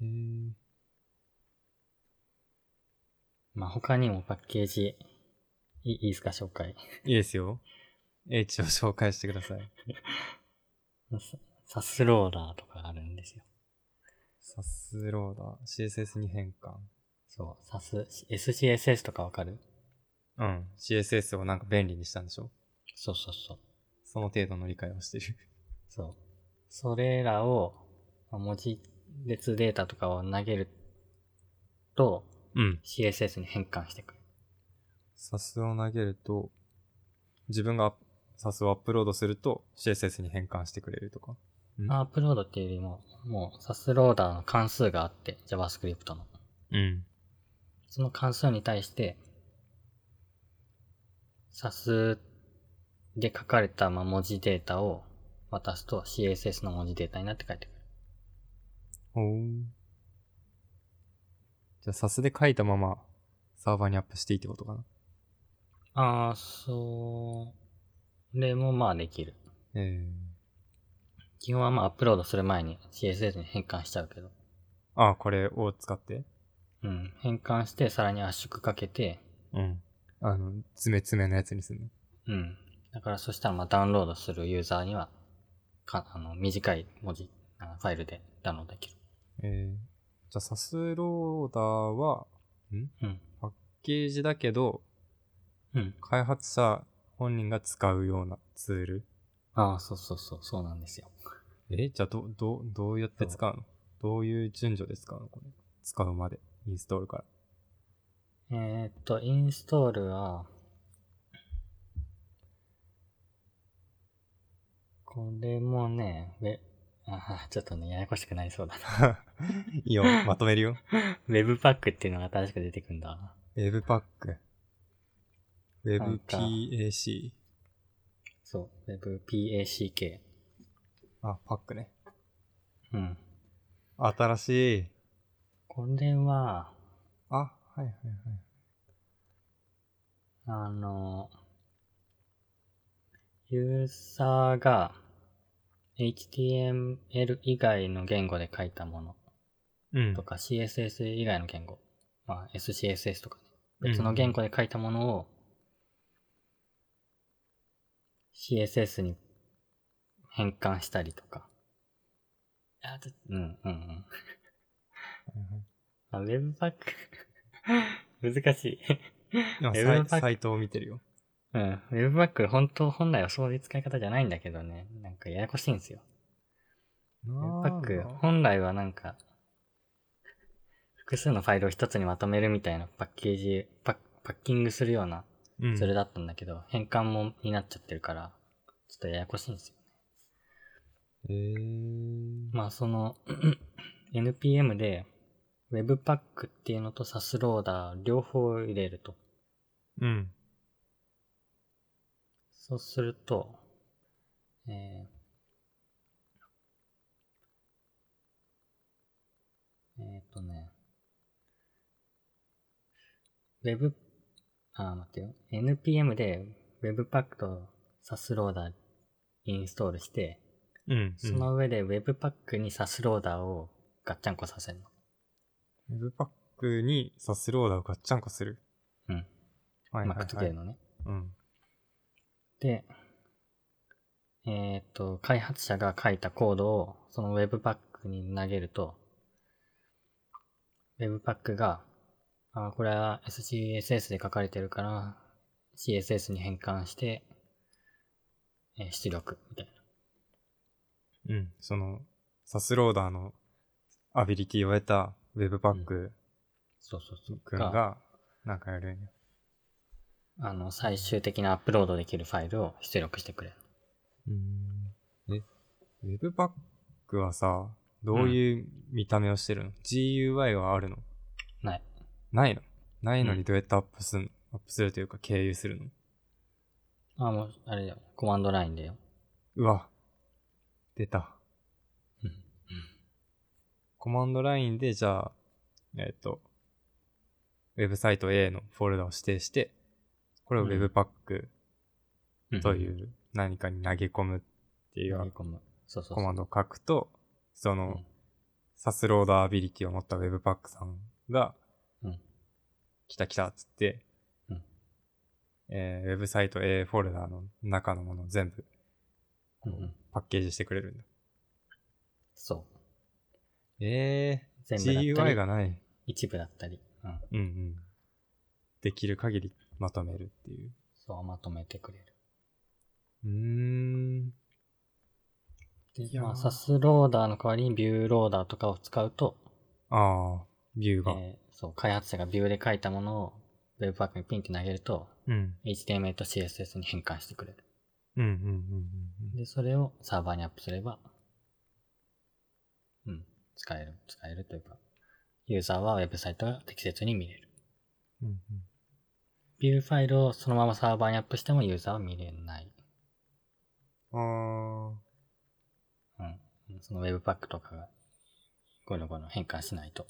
S1: へー
S2: まあ、他にもパッケージ、いいいですか、紹介。
S1: いいですよ。H を紹介してください。
S2: ササスローダーとかあるんですよ。
S1: サスローダー、CSS に変換。
S2: そう、サス、SCSS とかわかる
S1: うん。CSS をなんか便利にしたんでしょ
S2: そうそうそう。
S1: その程度の理解をしてる。
S2: そう。それらを、まあ文字列データとかを投げると、
S1: うん。
S2: CSS に変換してくる。
S1: サスを投げると、自分がサスをアップロードすると CSS に変換してくれるとか。うん
S2: アップロードっていうよりも、もうサスローダーの関数があって、JavaScript の。
S1: うん。
S2: その関数に対して、サスで書かれたまあ文字データを渡すと CSS の文字データになって返ってくる。
S1: ほう。じゃあ、サスで書いたまま、サーバーにアップしていいってことかな。
S2: ああ、そう。でもまあできる。
S1: ええ
S2: 基本はまあアップロードする前に CSS に変換しちゃうけど。
S1: ああ、これを使って
S2: うん。変換してさらに圧縮かけて、
S1: うん。あの、爪爪のやつにするの。
S2: うん。だからそしたらまあダウンロードするユーザーには、か、あの、短い文字、あのファイルでダウンロードできる。
S1: ええじゃあ、サスローダーは、
S2: うん。
S1: パッケージだけど、
S2: うん。
S1: 開発者本人が使うようなツール。
S2: ああ、そうそうそう、そうなんですよ。
S1: えじゃあ、ど、ど、どうやって使うのどういう順序で使うのこれ。使うまで。インストールから。
S2: えーっと、インストールは、これもね、ウェ、あーちょっとね、ややこしくなりそうだな。 <laughs>
S1: いいよ、まとめるよ。
S2: ウェブパックっていうのが新しく出てくんだ。
S1: ウェブパック。ウェ
S2: なん
S1: ブ
S2: か
S1: PAC。
S2: そう、ウェブ PACK。
S1: あ、パックね。
S2: うん。
S1: 新しい。
S2: これは、
S1: あ、はいはいはい。
S2: あの、ユーザーが HTML 以外の言語で書いたもの
S1: うん
S2: と。か CSS 以外の言語、まあ、SCSS とか
S1: うん
S2: ね、別の言語で書いたものを CSS に変換したりとか。あちょうんうんうんあ。ウェブパック <laughs> 難しい。
S1: 今
S2: ウェ
S1: サ
S2: ブパッ
S1: イ、
S2: ク
S1: サイトを見てるよ。
S2: うん。ウェブパック、本当、本来はそういう使い方じゃないんだけどね。なんかややこしいんですよ。ウェブパック、本来はなんか、複数のファイルを一つにまとめるみたいなパッケージ、パッパッキングするような
S1: うん、
S2: ツールだったんだけど、変換もになっちゃってるから、ちょっとややこしいんですよ。
S1: えー、
S2: まあその、NPM で、ウェブパックっていうのとサスローダー両方入れると。
S1: うん。
S2: そうすると、えー、えーっとね、ウェブ、あー、待ってよ。NPM で Webpack と SASLoader インストールして、
S1: うん。
S2: その上で Webpack に SASLoader をガッチャンコさせるの。
S1: ウェブパックにサスローダーをガッチャンコする。
S2: うん。
S1: はい
S2: ま
S1: はい
S2: あ、くっつ
S1: は
S2: ける
S1: い。
S2: のね。
S1: うん。
S2: で、えーっと、開発者が書いたコードを、その Webpack に投げると、Webpack が、あこれは SCSS で書かれてるから、CSS に変換して、えー出力、みたいな。
S1: うん。その、サスローダーのアビリティを得たウェブパック
S2: そうそうそう。
S1: くんが、なんかやるんや。
S2: あの、最終的なアップロードできるファイルを出力してくれる。
S1: うん。え、ウェブパックはさ、どういう見た目をしてるの、?GUI はあるの
S2: ない。
S1: ないのないの
S2: う
S1: に
S2: ん
S1: どうやってアップするの、アップするというか経由するの
S2: あ、もう、あれだよ。コマンドラインだよ。
S1: うわ。出た
S2: うん。
S1: コマンドラインで、じゃあ、えっ、と、ウェブサイト A のフォルダを指定して、これを
S2: うん
S1: Webpack
S2: うん
S1: という何かに投げ込むってい
S2: 投げ
S1: う
S2: 込む。そうそうそう。
S1: コマンドを書くと、その、
S2: うん
S1: サスローダービリティを持った Webpack さんが、
S2: うん
S1: 来た来たっつって、
S2: うん
S1: えーウェブサイト A フォルダーの中のものを全部
S2: うんうん
S1: パッケージしてくれるんだ。
S2: そ
S1: え
S2: う。全
S1: ー、
S2: 部だっ
S1: GUI
S2: たり、
S1: がない。
S2: 一部だったり。うん。
S1: うんうん。できる限りまとめるっていう。
S2: そう、まとめてくれる。
S1: うーん。い
S2: で、
S1: やー
S2: まあ、サスローダーの代わりにビューローダーとかを使うと、
S1: ああ、ビュー
S2: え
S1: が。
S2: ーそう、開発者がビューで書いたものを Webpack にピンって投げると、
S1: うん。
S2: HTML と CSS に変換してくれる。
S1: うんうんうんうんうん。
S2: で、それをサーバーにアップすれば、うん、使える、使えるというか、ユーザーはウェブサイトが適切に見れる。
S1: うんうん
S2: ビューファイルをそのままサーバーにアップしてもユーザーは見れない。
S1: ああ、
S2: うん。その Webpack とかが、ゴロゴロ変換しないと。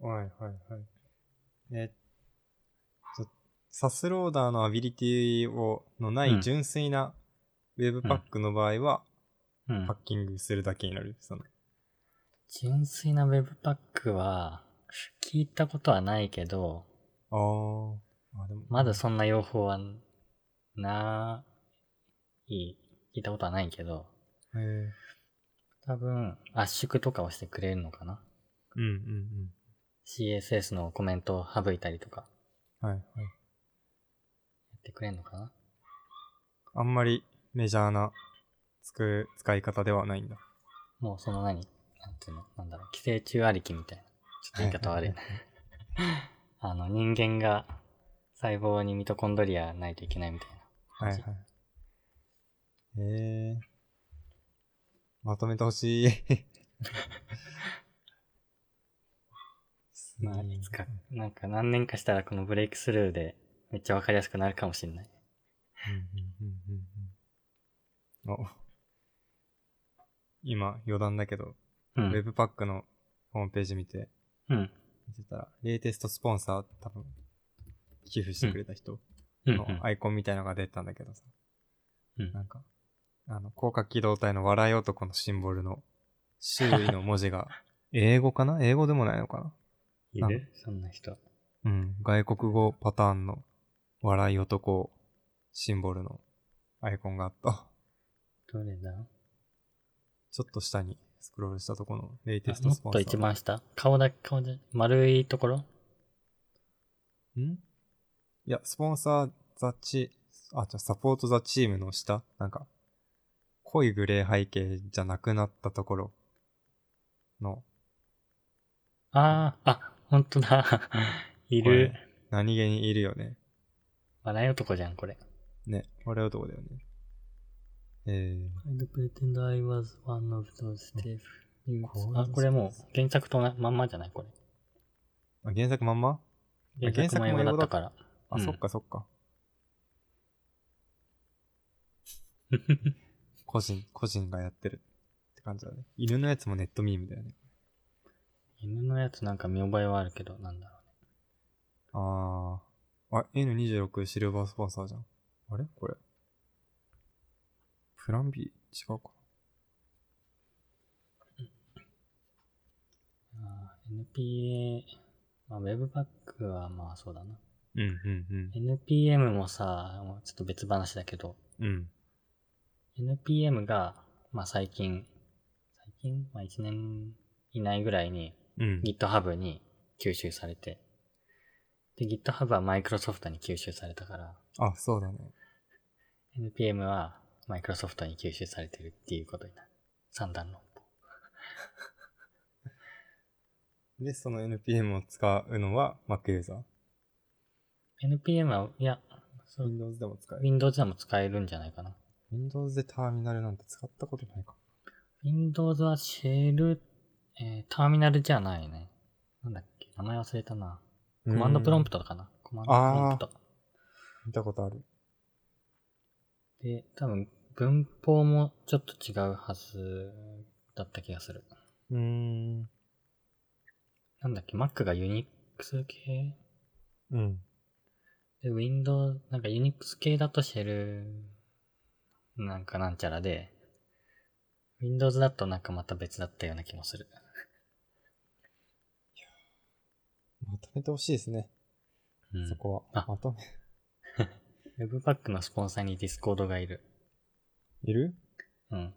S1: はいはいはい。え、ちょサスローダーのアビリティを、のな
S2: うん
S1: い純粋なウェブパックの場合は、
S2: うん
S1: パッ。キングするだけになる。その
S2: 純粋な Webpack は、聞いたことはないけど、
S1: あーあ、でも。
S2: まだそんな用法は、ない、聞いたことはないけど、
S1: へえ。
S2: 多分、圧縮とかをしてくれるのかな
S1: うんうん
S2: CSS のコメントを省いたりとか、
S1: うん。はいはい。
S2: やってくれんのかな
S1: あんまりメジャーなつく使い方ではないんだ。
S2: もうその何なんていうのなんだろう、寄生虫ありきみたいな。ちょっと言い方悪いな。あの、人間が細胞にミトコンドリアないといけないみたいな。
S1: はいはい。えー、まとめてほしい。
S2: まあ、いつか、なんか何年かしたらこのブレイクスルーでめっちゃわかりやすくなるかもしれない。
S1: うんうんうんうんうん。お今、余談だけど、
S2: う
S1: ウェ
S2: ん。
S1: ブパックのホームページ見て、
S2: うん。
S1: 見てたら、レイテストスポンサー、多分、寄付してくれた人
S2: うん。
S1: のアイコンみたいのが出たんだけどさ、
S2: うん
S1: なんか、あの、広角機動隊の笑い男のシンボル
S2: <laughs>
S1: の周囲の文字が、英語かな英語でもないのかない
S2: るそんな人。
S1: うん、外国語パターンの笑い男シンボルのアイコンがあった。
S2: どれだ
S1: ちょっと下にスクロールしたところのレイテス
S2: あ
S1: ト
S2: も
S1: スポン
S2: っ
S1: サ
S2: と
S1: ー。
S2: 一番下顔だ、顔で、丸いところ
S1: んいや、スポンサーザチ、あ、じゃあサポートザチームの下なんか、濃いグレー背景じゃなくなったところの、
S2: ああ、あ、ほんとだ。 <laughs> い
S1: こ
S2: る
S1: れ。何気にいるよね。
S2: 笑い男じゃん、これ。
S1: ね、笑い男だよね。え
S2: I pretend I was one of those deaf
S1: こういうの
S2: あ、これもう原作となまんまじゃないこ
S1: ー、あ原作まんま
S2: れ。
S1: あ原
S2: 原
S1: 作
S2: 作
S1: も
S2: も
S1: 英
S2: 英
S1: 語だ
S2: 語だったから。
S1: あ、
S2: うん
S1: そっかそっ
S2: <laughs>
S1: か。個人、個人がやってるって感じだね。犬のやつもネットミームだよね。
S2: 犬のやつなんか見覚えはあるけど、なんだろ
S1: あー。あ、N26 シルバースポンサーじゃん。あれこれ。プラン B? 違うか。
S2: う。あー NPA、まあ、Webpack はまあそうだな。
S1: うん、うん、
S2: NPM もさ、もうちょっと別話だけど、
S1: うん。うん。
S2: NPM が、まあ最近、最近まあ1年以内ぐらいに
S1: うん
S2: GitHub に吸収されて、で、GitHub は Microsoft に吸収されたから、
S1: あ、そうだね。
S2: NPM はマイクロソフトに吸収されてるっていうことになる。三段論法。
S1: で、その NPM を使うのは Mac ユーザー。
S2: NPM は、いや、そう
S1: Windows でも使える。
S2: Windows でも使えるんじゃないかな。
S1: Windows でターミナルなんて使ったことないか。
S2: Windows はシェル、えー、ターミナルじゃないね。なんだっけ名前忘れたな。コマンドプロンプ
S1: ト。
S2: トかなコマンドプロンプト。
S1: 見たことある。
S2: で、多分、文法もちょっと違うはずだった気がする。
S1: うーん。
S2: なんだっけ ?Mac が Unix 系
S1: うん。
S2: で、Windows、なんか Unix 系だとシェル、なんかなんちゃらで、Windows だとなんかまた別だったような気もする。
S1: まとめてほしいですね。
S2: うん
S1: そ。こ
S2: あ
S1: は。まと
S2: Webpack のスポンサーに Discord がいる。
S1: め、いる
S2: うん。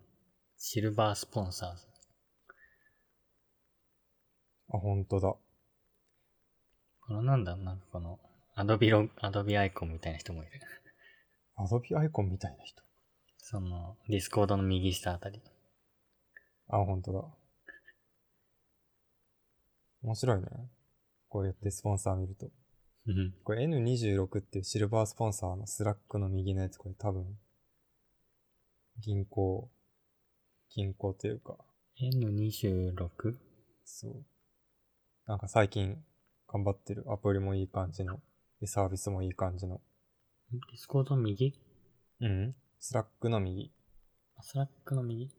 S2: シルバースポンサーズ。
S1: あ、本当だ。
S2: このなんだなんかこの、アドビロ、アドビアイコンみたいな人もいる。
S1: アドビアイコンみたいな人。
S2: その、ディスコードの右下あたり。
S1: あ、本当だ。面白いね。こうやってスポンサー見ると。
S2: うん。
S1: これ N26 っていうシルバースポンサーのスラックの右のやつ、これ多分、銀行、銀行というか、
S2: N26?
S1: そう。なんか最近頑張ってる。アプリもいい感じの。で、サービスもいい感じの。
S2: ディスコードの右
S1: うん。スラックの右、
S2: あスラックの右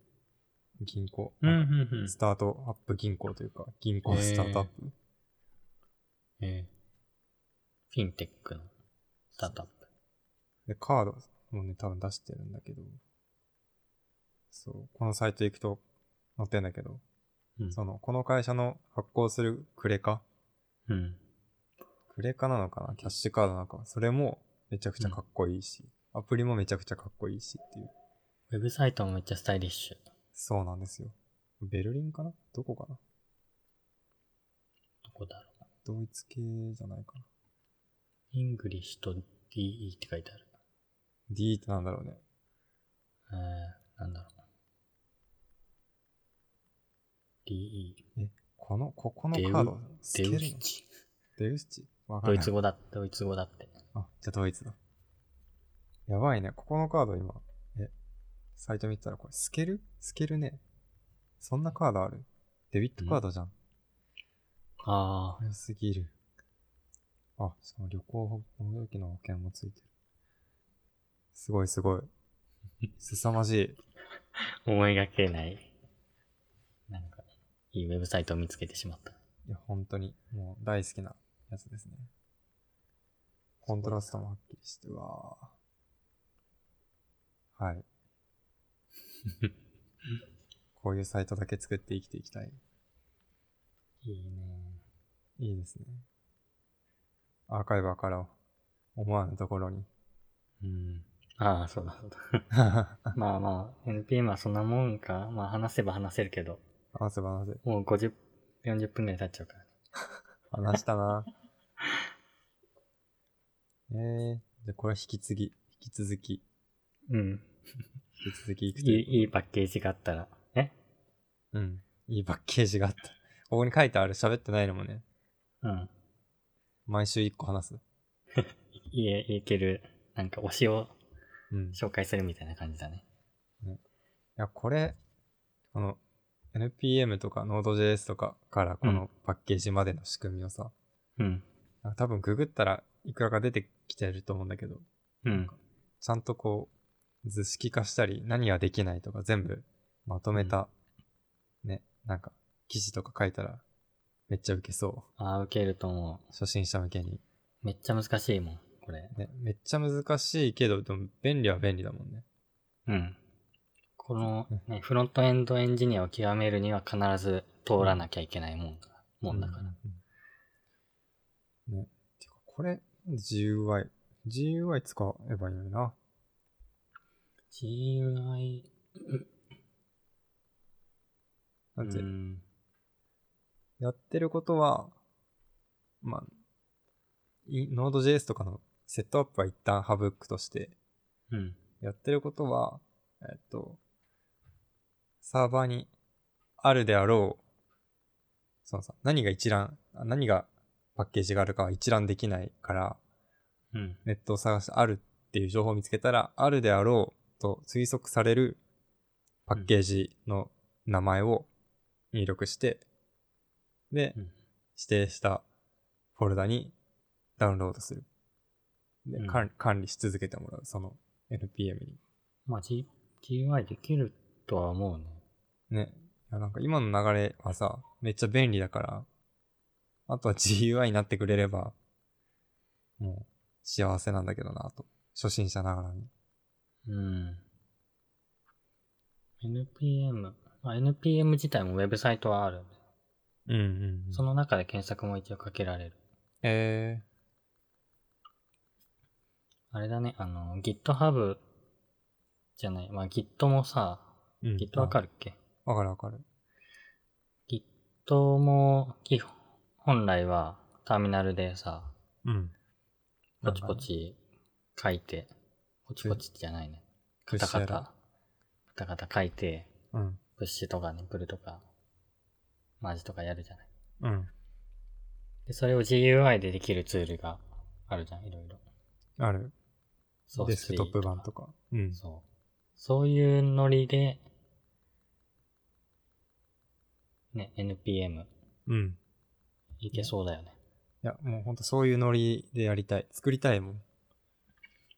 S1: 銀行。
S2: うん、う
S1: なんか
S2: ん、うん
S1: ス。タートアップ銀行というか、銀行スタートアップ。
S2: ええフィンテックのスタートアップ。
S1: で、カードもね、多分出してるんだけど、そう、このサイト行くと載ってんだけど、
S2: うん。
S1: その、この会社の発行するクレカ
S2: うん。
S1: クレカなのかなキャッシュカードなのかそれもめちゃくちゃかっこいいし、アプリもめちゃくちゃかっこいいしっていう。
S2: ウェブサイトもめっちゃスタイリッシュ。
S1: そうなんですよ。ベルリンかなどこかな
S2: どこだろう。
S1: ドイツ系じゃないかな。
S2: イングリッシュと DE って書いてある。
S1: D ってなんだろうね。
S2: えー、なんだろう。DE。
S1: この、ここの
S2: デウ
S1: カード、スケ
S2: デ
S1: ルの
S2: ウスチ。
S1: デウスチわかん
S2: ド
S1: ない。
S2: イツ語だ、ドイツ語だって。
S1: あ、じゃあドイツだ。やばいね。ここのカード今、え、サイト見てたらこれ、スケルスケルね。そんなカードあるデビットカードじゃん。
S2: ああ、
S1: 早すぎる。あ、しかも旅行保、農業機の保険もついてる。すごいすごい。凄まじい。
S2: 思いがけない。なんか、いいウェブサイトを見つけてしまった。
S1: いや、本当に、もう大好きなやつですね。コントラストもはっきりして、うわー
S2: <laughs>
S1: はい。こういうサイトだけ作って生きていきたい。
S2: いいね。
S1: いいですね。アーカイバーから思わぬところ
S2: <laughs>
S1: に。
S2: うん。ああ、そうだそう <laughs> だ。まあまあ、NPM はそんなもんか。まあ話せば話せるけど、
S1: 話せば話せ。
S2: もう50、40分ぐらい経っちゃうから。
S1: 話したな。えー、じゃあこれは引き継ぎ、引き続き、
S2: うん。
S1: 引き続きいく
S2: い
S1: という。
S2: い、いいパッケージがあったら。え
S1: うん。いいパッケージがあった。ここに書いてある喋ってないのもね、
S2: うん。
S1: 毎週一個話す。
S2: いえ、いける。なんか推しを
S1: うん。い
S2: 紹介するみたいな感じだね。
S1: や、これ、この NPM とか Node.js とかからこ
S2: う
S1: のパッケージまでの仕組みをさ、
S2: うん。
S1: なんか多分ググったらいくらか出てきてると思うんだけど、
S2: うん。
S1: ちゃんとこう、図式化したり、何ができないとか全部まとめた、ね、なんか、記事とか書いたら、めっちゃウケそ
S2: ああ、受けると思
S1: う。初心者向けに。
S2: う。めっちゃ難しいもん、これ。
S1: ね、めっちゃ難しいけど、でも便利は便利だもんね。
S2: うん。この、ね、フロントエンドエンジニアを極めるには必ず通らなきゃいけないもんだもんだから。
S1: うん。ね。てか、これ、GUI。GUI 使えばいいのにな。
S2: GUI、
S1: だって
S2: う、ん。
S1: やってることは、まあ、い Node.js とかのセットアップは一旦省くとして、
S2: うん。
S1: やってることは、えっと、サーバーにあるであろう、そのさ、何が一覧、あ何がパッケージがあるかは一覧できないから、
S2: うん。
S1: ネットを探してあるっていう情報を見つけたら、あるであろうと推測されるパッケージの名前を入力して、で、
S2: うん
S1: 指定したフォルダにダウンロードする。で、
S2: うん
S1: 管管理し続けてもらう、その NPM に。
S2: まあ、G、GUI できるとは思うね。
S1: ね。いやなんか今の流れはさ、めっちゃ便利だから、あとは GUI になってくれれば、も幸せなんだけどなと。初心者ながらに。
S2: うん。NPM。まあ、NPM 自体もウェブサイトはある。
S1: うんうん、
S2: その中で検索も一応かけられる。
S1: え
S2: あれだね、あの、GitHub じゃない。まあ、Git もさ、
S1: ー。うん
S2: Git わか
S1: る。
S2: るっけ、
S1: わかるわかる。
S2: ?Git も、基本本来はターミナルでさ、
S1: うん。
S2: ポチポチ書いて、ポチポチじゃないね。
S1: プ
S2: カ
S1: ッシ
S2: タ
S1: ュ
S2: カ
S1: やら
S2: タ、カタカタ書いて、
S1: うん。
S2: プッシュとかね、プルとか、マージとかやるじゃない。
S1: うん。
S2: で、それを GUI でできるツールがあるじゃん、いろいろ。
S1: ある。
S2: ソース
S1: デスクトップ版と
S2: か。
S1: か。うん。
S2: そう。そういうノリで、ね、NPM、
S1: うん。
S2: いけそうだよね。
S1: いや、もうほんとそういうノリでやりたい。作りたいもん。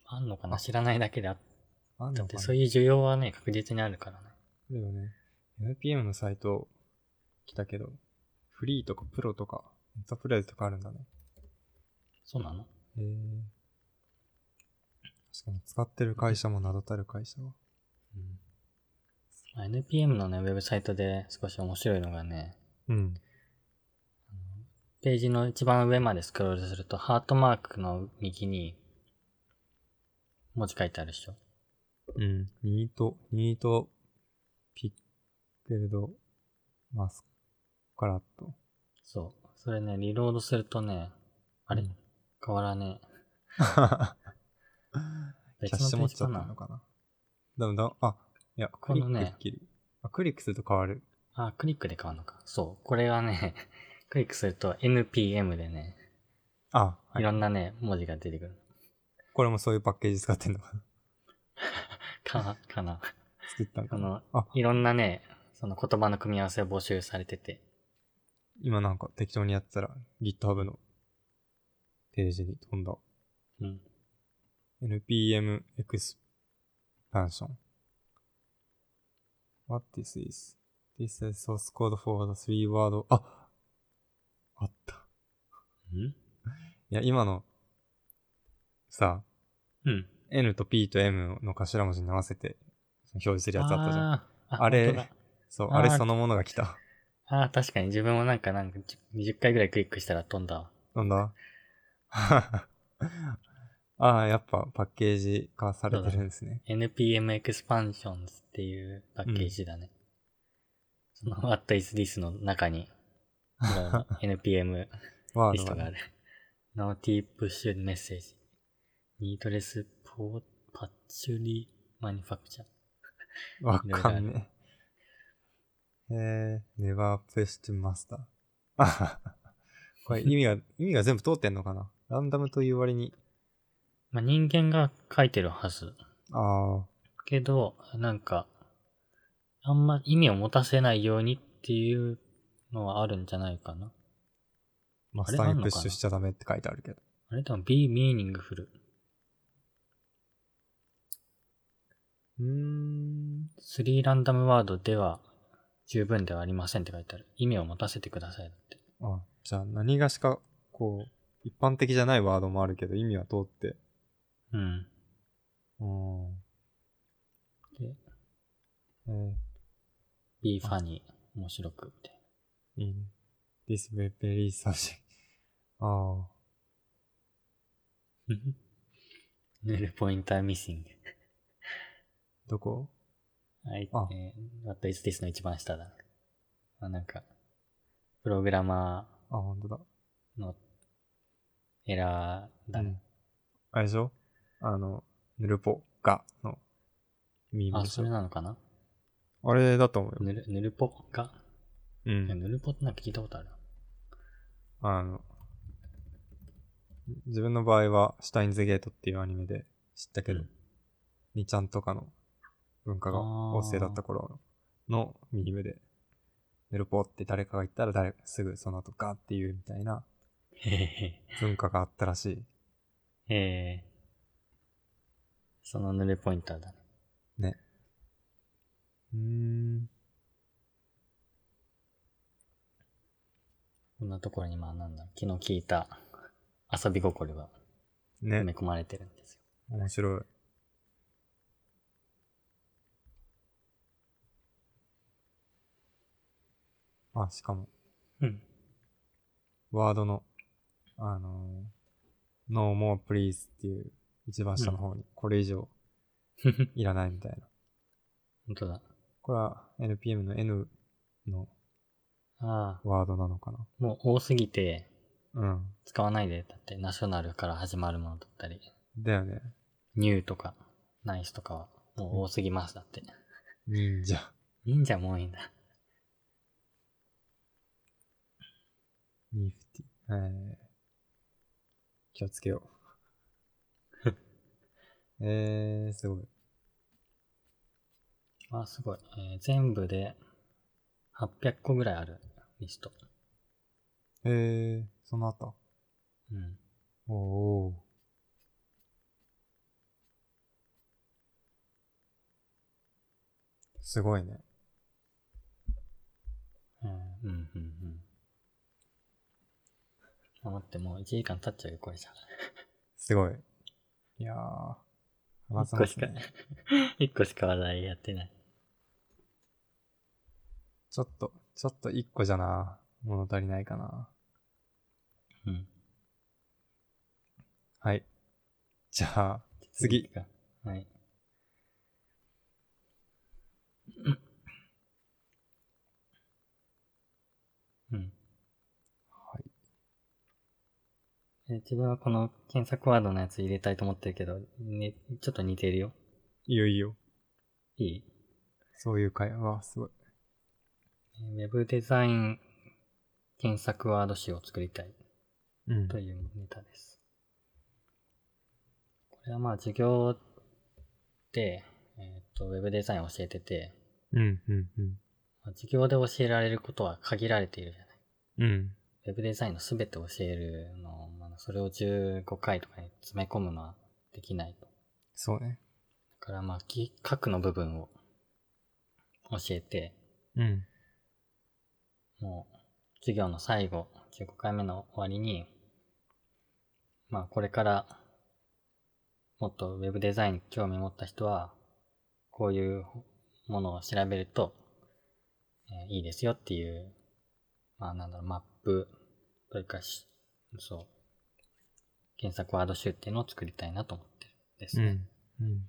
S2: あんのかな知らないだけであっ
S1: あん
S2: だ
S1: の
S2: っ
S1: か
S2: て、
S1: な
S2: そういう需要はね、確実にあるからね。
S1: だよね。NPM のサイト来たけど、フリーとかプロとか、エンタープライズとかあるんだね。
S2: そうなの
S1: へえ。確かに使ってる会社も名だたる会社は。
S2: まあ ?NPM のね、ウェブサイトで少し面白いのがね、
S1: うん。
S2: ページの一番上までスクロールすると、ハートマークの右に、文字書いてあるでしょ。
S1: うん。ニート、ニート、ピックルド、マスカラッ
S2: <laughs>
S1: ト。
S2: そう。それね、リロードするとね、あれ、
S1: うん
S2: 変わらねえ。
S1: キャッ
S2: 別の
S1: シュ
S2: ペ
S1: 持
S2: ー
S1: っ
S2: ジ
S1: ちゃ
S2: か
S1: った
S2: な
S1: の。かな。だんだん、あ、いや、ク
S2: こ
S1: リ
S2: の
S1: ック
S2: ね
S1: できる。あ、クリックすると変わる。
S2: あ、クリックで変わるのか。そう。これがね、 <laughs> クリックすると NPM でね、
S1: あ、はいい。
S2: ろんなね、文字が出てくる。
S1: これもそういうパッケージ使ってんのかな。 <laughs>
S2: か、かな。
S1: 作ったん
S2: こ
S1: かな。
S2: の
S1: あ、
S2: いろんなね、その言葉の組み合わせを募集されてて。
S1: 今なんか適当にやってたら GitHub のページに飛んだ。
S2: うん。
S1: NPM expansion. What this is? This is source code for the three word. ああった。いや、今の、さ、
S2: うん。
S1: N と P と M の頭文字に合わせて表示するやつあったじゃん。
S2: あー
S1: あれ
S2: 本当だ
S1: そう、
S2: あー
S1: あれそのものが来た。
S2: あー、確かに自分もなんか、なんか、じ20回ぐらいクリックしたら飛んだわ。
S1: なんだ <laughs> ああ、やっぱパッケージ化されてるんですね。
S2: NPM Expansions っていうパッケージだね。その What is this の中
S1: <laughs>
S2: に、いろいろ NPM
S1: ワ
S2: リ
S1: ー
S2: ス
S1: ド
S2: トが
S1: が
S2: あ
S1: ね
S2: る。Naughty Push Message Needless Pot Patchouli Manufacture
S1: わかんねえ。えー、never pushed master. <laughs> あははこれ意味が、意味が全部通ってんのかなランダムという割に。
S2: まあ、人間が書いてるはず。
S1: ああ、
S2: けど、なんか、あんま意味を持たせないようにっていうのはあるんじゃないかな。
S1: マ
S2: あ
S1: ス
S2: れ
S1: タ
S2: あ
S1: ー
S2: ん
S1: に
S2: の
S1: プ
S2: かな
S1: ッシュしちゃダメって書いてあるけど。
S2: あれ多分 be meaningful。
S1: うーん。
S2: 3ランダムワードでは十分ではありませんって書いてある。意味を持たせてくださいだって。
S1: あ、じゃあ何がしか、こう、一般的じゃないワードもあるけど、意味は通って。
S2: うん。
S1: うん。
S2: で、
S1: えー
S2: be funny。面白く。み <laughs> たい
S1: いいね。This will be very subject. ああ。
S2: な。ヌルポインターミッシング。
S1: どこ
S2: はい。
S1: あ
S2: えー、What is this の一番下だね。まあ、なんか、プログラマ
S1: あ、ほんとだ。
S2: ーのエラーだね。
S1: あれでしょあの、ヌルポガのミーム
S2: あ、
S1: でし
S2: そ
S1: ょ
S2: れなのかな
S1: あれだと思うよ。
S2: ぬる、ぬるぽが、
S1: う
S2: いや
S1: ん。
S2: ぬるぽってなんか聞いたことあるな。
S1: あの、自分の場合は、シュタインズゲートっていうアニメで知ったけど、
S2: うん
S1: にちゃんとかの文化が
S2: あー
S1: 旺盛だった頃のミームで、ヌルポって誰かが言ったら誰、すぐその後ガっていうみたいな
S2: へへ
S1: 文化があったらしい。
S2: へ。えー。そのぬるポインターだね。
S1: うーん。
S2: こんなところにまあなんだ、昨日聞いた遊び心は
S1: ね
S2: 埋め。込まれてるんですよ。
S1: 面白い。あ、しかも、
S2: うん。
S1: ワードの、あのー no more please っていう一番下の方に、これ以上いらないみたいな。
S2: <laughs> 本当だ。
S1: これは NPM の N の
S2: ああ、
S1: ワードなのかな。
S2: もう多すぎて
S1: うん。
S2: 使わないで。だって、ナショナルから始まるものだったり、
S1: だよね。
S2: ニューとか、ナイスとかは、もう多すぎます。だって。
S1: 忍者。
S2: 忍者も多いんだ。
S1: ニフティ。えー、気をつけよう。えー、すごい。
S2: あ、すごい。えー全部で800個ぐらいあるリスト。
S1: えー、その後。
S2: うん。
S1: おおー。すごいね。
S2: うん、うん、うんうん。あ、待って、もう1時間経っちゃうよ、これじゃ。
S1: すごい。いやー。話せます
S2: 一
S1: ね
S2: 個。1個しか話題やってない。
S1: ちょっと、ちょっと一個じゃな。物足りないかな。
S2: うん。
S1: はい。じゃあ、次。
S2: か。はい。うん。
S1: はい。
S2: えー自分はこの検索ワードのやつ入れたいと思ってるけど、ね、ちょっと似てるよ。
S1: いいよいいよ。
S2: いい
S1: そういう会話、すごい。
S2: えーウェブデザイン検索ワード集を作りたい
S1: うん
S2: というネタです。これはまあ授業で、えっとウェブデザインを教えてて、
S1: うん、うん、うん。
S2: まあ授業で教えられることは限られているじゃない。
S1: うん。
S2: ウェブデザインの全て教えるのを、まあ、それを15回とかに詰め込むのはできないと。
S1: そうね。
S2: だからまあ、き核の部分を教えて、
S1: うん。
S2: もう、授業の最後、15回目の終わりに、まあ、これから、もっとウェブデザインに興味を持った人は、こういうものを調べると、えーいいですよっていう、まあ、なんだろう、マップ、というかし、そう、検索ワード集っていうのを作りたいなと思ってるんです
S1: う
S2: ね。
S1: ん。うん。うん。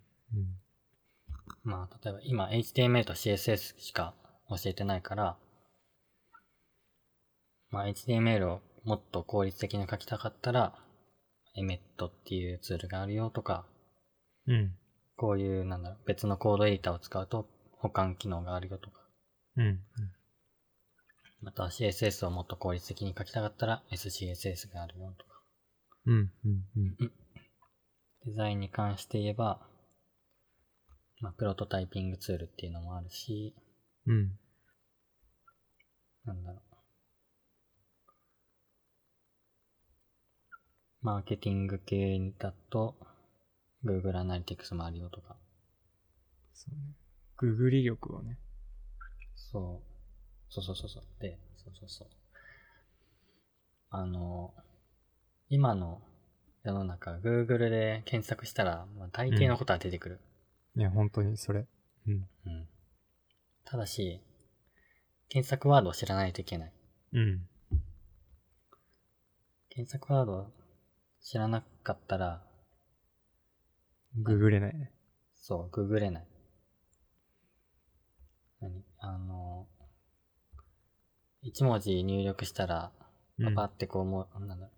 S2: まあ、例えば今 HTML と CSS しか教えてないから、まあ HTML をもっと効率的に書きたかったら、エメットっていうツールがあるよとか、
S1: うん。
S2: こういうなんだろう別のコードエディターを使うと保管機能があるよとか、
S1: うん。
S2: また CSS をもっと効率的に書きたかったら SCSS があるよとか。
S1: うん。うん。うん。
S2: デザインに関して言えば、まあプロトタイピングツールっていうのもあるし、
S1: うん。
S2: なんだろう。マーケティング系だと、Google Analytics もあるよとか。
S1: そうね。ググり力をね。
S2: そう。そうそうそうそう。で、そうそうそう。あの、今の世の中、Google で検索したら、まあ、大抵のことは出てくる。
S1: いや、本当にそれ。うん。
S2: うん。ただし、検索ワードを知らないといけない。
S1: うん。
S2: 検索ワードを知らなかったら、
S1: ググれないね。
S2: そう、ググれない。何あの、一文字入力したら、
S1: う
S2: パ
S1: ん
S2: パってこう、もう、なんだろう、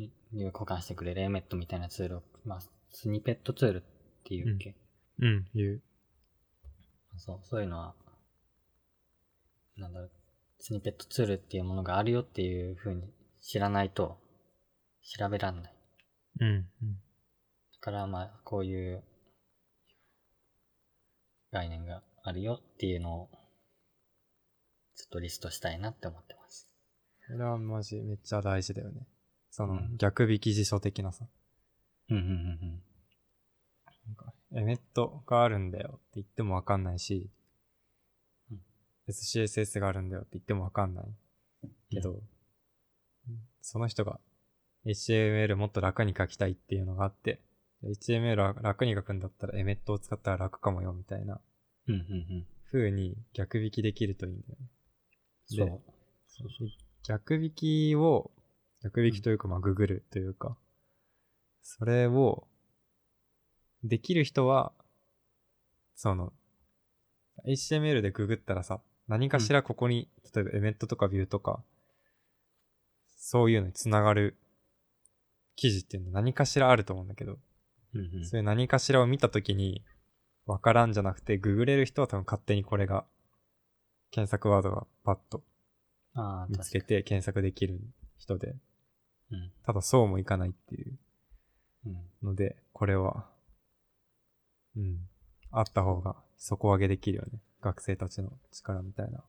S2: に入力交換してくれるエメットみたいなツールを、まあ、スニペットツールっていうっけ、
S1: うん。言う。
S2: そう、そういうのは、なんだろう、スニペットツールっていうものがあるよっていうふうに知らないと、調べらんない。
S1: うん。
S2: だからまあこういう概念があるよっていうのをちょっとリストしたいなって思ってます。
S1: これはマジめっちゃ大事だよね。その、
S2: うん
S1: 逆引き辞書的なさ。
S2: うんうんうん
S1: なんか、エメットがあるんだよって言ってもわかんないし、
S2: うん
S1: SCSS があるんだよって言ってもわかんないけど、その人が HTML もっと楽に書きたいっていうのがあって、HTML は楽に書くんだったらエメットを使ったら楽かもよみたいな
S2: うんうんうん。
S1: 風に逆引きできるといいんだよね。
S2: そ
S1: で
S2: う。そうそう
S1: 逆引きを、逆引きというか、まあ、ググるというか、それを、できる人は、その、HTML でググったらさ、何かしらここに、例えばエメットとかビューとか、そういうのにつながる記事っていうのは何かしらあると思うんだけど、
S2: うんうん。
S1: そういう何かしらを見たときに、わからんじゃなくて、ググれる人は多分勝手にこれが、検索ワードがパッと
S2: ああ、
S1: 見つ
S2: 確か
S1: けて検索できる人で、
S2: に。
S1: ただそうもいかないっていう
S2: うん。うん。
S1: ので、これは、うん、あった方が底上げできるよね。学生たちの力みたいな。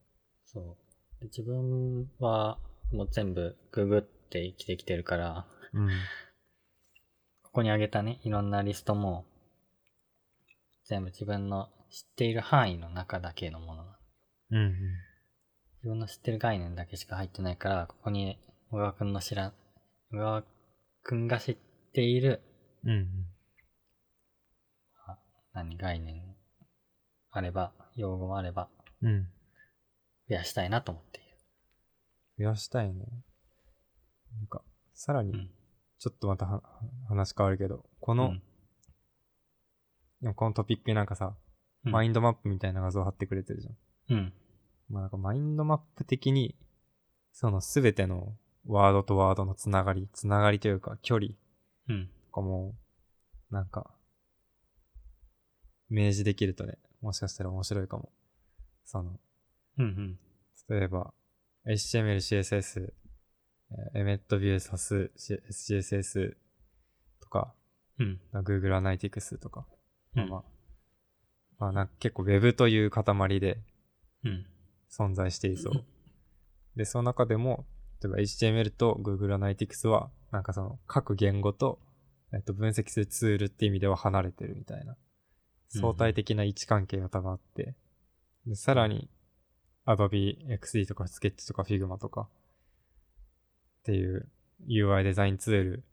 S2: そう。で自分はもう全部ググって生きてきてるから、
S1: うん。
S2: ここにあげたね、いろんなリストも、全部自分の知っている範囲の中だけのものなの。
S1: うん、うん。
S2: 自分の知ってる概念だけしか入ってないから、ここに小川くんの知ら、小川くんが知っている、
S1: うん、
S2: 何、概念、あれば、用語もあれば、
S1: うん。うん。
S2: 増やしたいなと思っている。
S1: 増やしたいね。なんか、さら
S2: う
S1: に
S2: ん、
S1: ちょっとまたは話変わるけど、こ
S2: う
S1: の、
S2: ん、
S1: でもこのトピックになんかさ、
S2: うん
S1: マインドマップみたいな画像貼ってくれてるじゃん。
S2: うん。
S1: まあなんかマインドマップ的に、そのすべてのワードとワードのつながり、つながりというか距離
S2: うん。
S1: とかも、なんか、明示できるとね、もしかしたら面白いかも。その、
S2: うん。うん。
S1: 例えば、HTML、CSS、えーエメットビュー素数、C- SCSS とか、
S2: うん。
S1: Google Analytics とか、
S2: うん
S1: まあ、まあなんか結構 Web という塊で、
S2: うん。
S1: 存在していそう。で、その中でも、例えば HTML と Google Analytics は、なんかその各言語と、えっと、分析するツールって意味では離れてるみたいな、相対的な位置関係が多分あって、でさらに、Adobe XD とか Sketch とか Figma とか、っていう UI デザインツール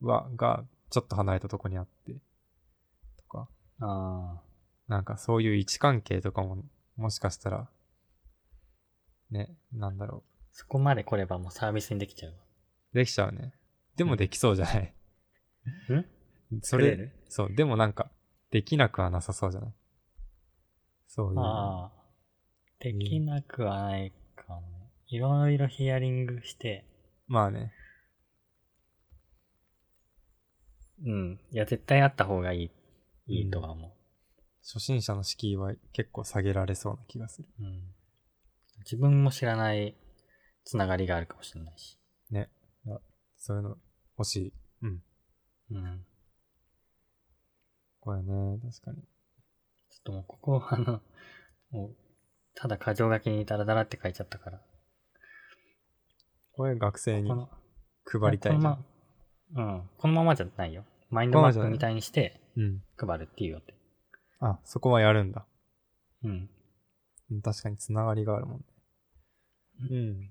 S1: は、が、ちょっと離れたとこにあって、とか、
S2: ああ、
S1: なんかそういう位置関係とかも、もしかしたら、ね、なんだろ
S2: そこまで来ればもうサービスにできちゃう
S1: う。できちゃうね。でもできそうじゃない。
S2: わ。ん
S1: そ
S2: 作れ
S1: れ
S2: る、
S1: そう、でもなんか、できなくはなさそうじゃない。そういう。
S2: ああ、できなくはないかもね。いろいろヒアリングして、
S1: まあね。
S2: うん。いや、絶対あった方がいい、いいとは思
S1: 初心者の敷居は結構下げられそうな気がする。
S2: う。うん。自分も知らないつながりがあるかもしれないし。
S1: そういうの欲しい。うん。
S2: うん。
S1: これね、確かに。
S2: ちょっともうここは、あの、もう、ただ過剰書きにダラダラって書いちゃったから。
S1: これ学生に
S2: この、
S1: 配りたい
S2: こ
S1: じゃ
S2: の
S1: ん。
S2: まま、うん。このままじゃないよ。マインドマップみたいにして
S1: うん。
S2: 配るっていうよって。
S1: あ、そこはやるんだ。
S2: うん。
S1: うん確かにつながりがあるもんね。うん。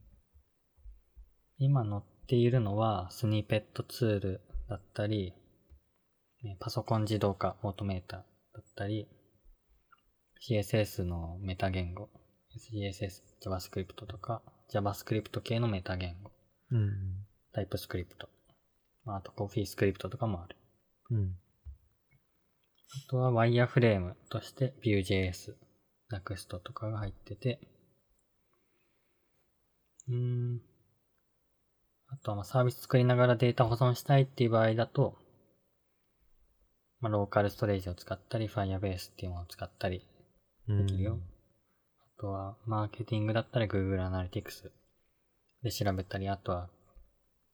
S2: 今載っているのは、スニペットツールだったり、えーパソコン自動化オートメーターだったり、CSS のメタ言語、CSS、JavaScript とか、JavaScript 系のメタ言語、
S1: うん。
S2: TypeScript、まああと CoffeeScript とかもある。
S1: うん。
S2: あとはワイヤーフレームとして Vue.js、Next とかが入ってて、うーん。あとはまあサービス作りながらデータ保存したいっていう場合だと、まあ、ローカルストレージを使ったり、Firebase っていうものを使ったり
S1: うん
S2: できるよ。あとは、マーケティングだったら Google Analytics で調べたり、あとは、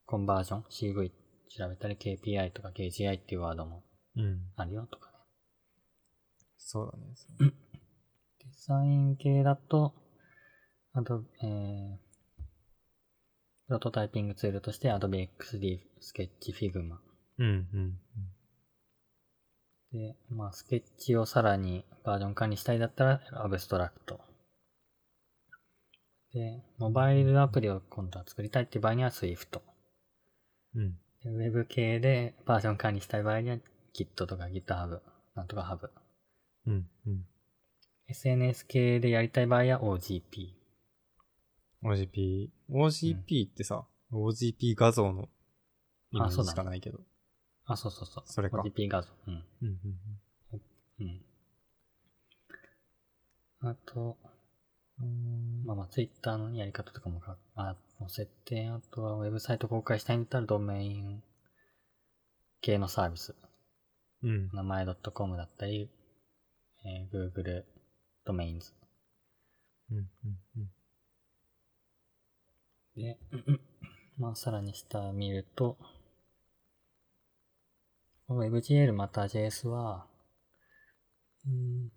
S2: コンバージョン、CV 調べたり、KPI とか KGI っていうワードも
S1: うん。
S2: あるよとかね。
S1: そうだね。
S2: デザイン系だと、あと、えー、プロトタイピングツールとして Adobe XD、Sketch、Figma。
S1: うんうん。
S2: で、まあ、スケッチをさらにバージョン管理したいだったら、アブストラクト。で、モバイルアプリを今度は作りたいっていう場合には Swift。
S1: うん。
S2: でウェブ系でバージョン管理したい場合には Git とか GitHub、なんとか Hub。
S1: うん、うん。
S2: SNS 系でやりたい場合は OGP。
S1: OGP。OGP ってさ、OGP 画像のイメージしかないけど。
S2: あ、そうそうそう。
S1: それか
S2: OGP 画像。うん。
S1: うんうんうん
S2: うん。あと、
S1: うーん
S2: まあまあ、ツイッターのやり方とかもか、あ、載せて、あとはウェブサイト公開したいんだったらドメイン系のサービス。
S1: うん。
S2: 名前 .com だったり、えー Google ドメインズ。
S1: うん。うん。うん
S2: で、うんまあさらに下見ると、この WebGL または JS は、うん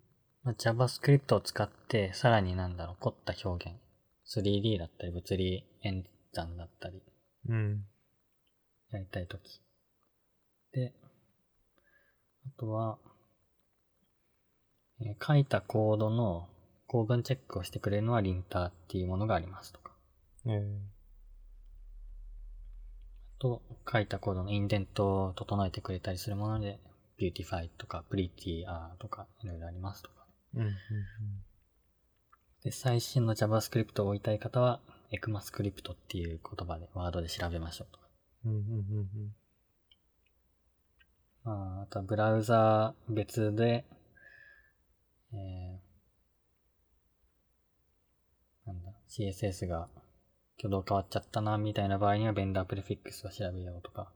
S2: まあ、JavaScript を使って、さらになんだろう、凝った表現。3D だったり、物理演算だったり、
S1: うん。
S2: やりたいとき。で、あとは、えー書いたコードの構文チェックをしてくれるのはリンターっていうものがありますとか。
S1: えー
S2: と書いたコードのインデントを整えてくれたりするもので、ビューティファイとか、プリティアーとか、いろいろありますとか。
S1: うん。うん。
S2: で、最新の JavaScript を置いたい方は、ECMAScript っていう言葉で、ワードで調べましょうとか。
S1: うん。うん。うん。うん。
S2: まあ、あとはブラウザー別で、えー、なんだ、CSS が挙動変わっちゃったな、みたいな場合には、ベンダープレフィックスを調べようとか。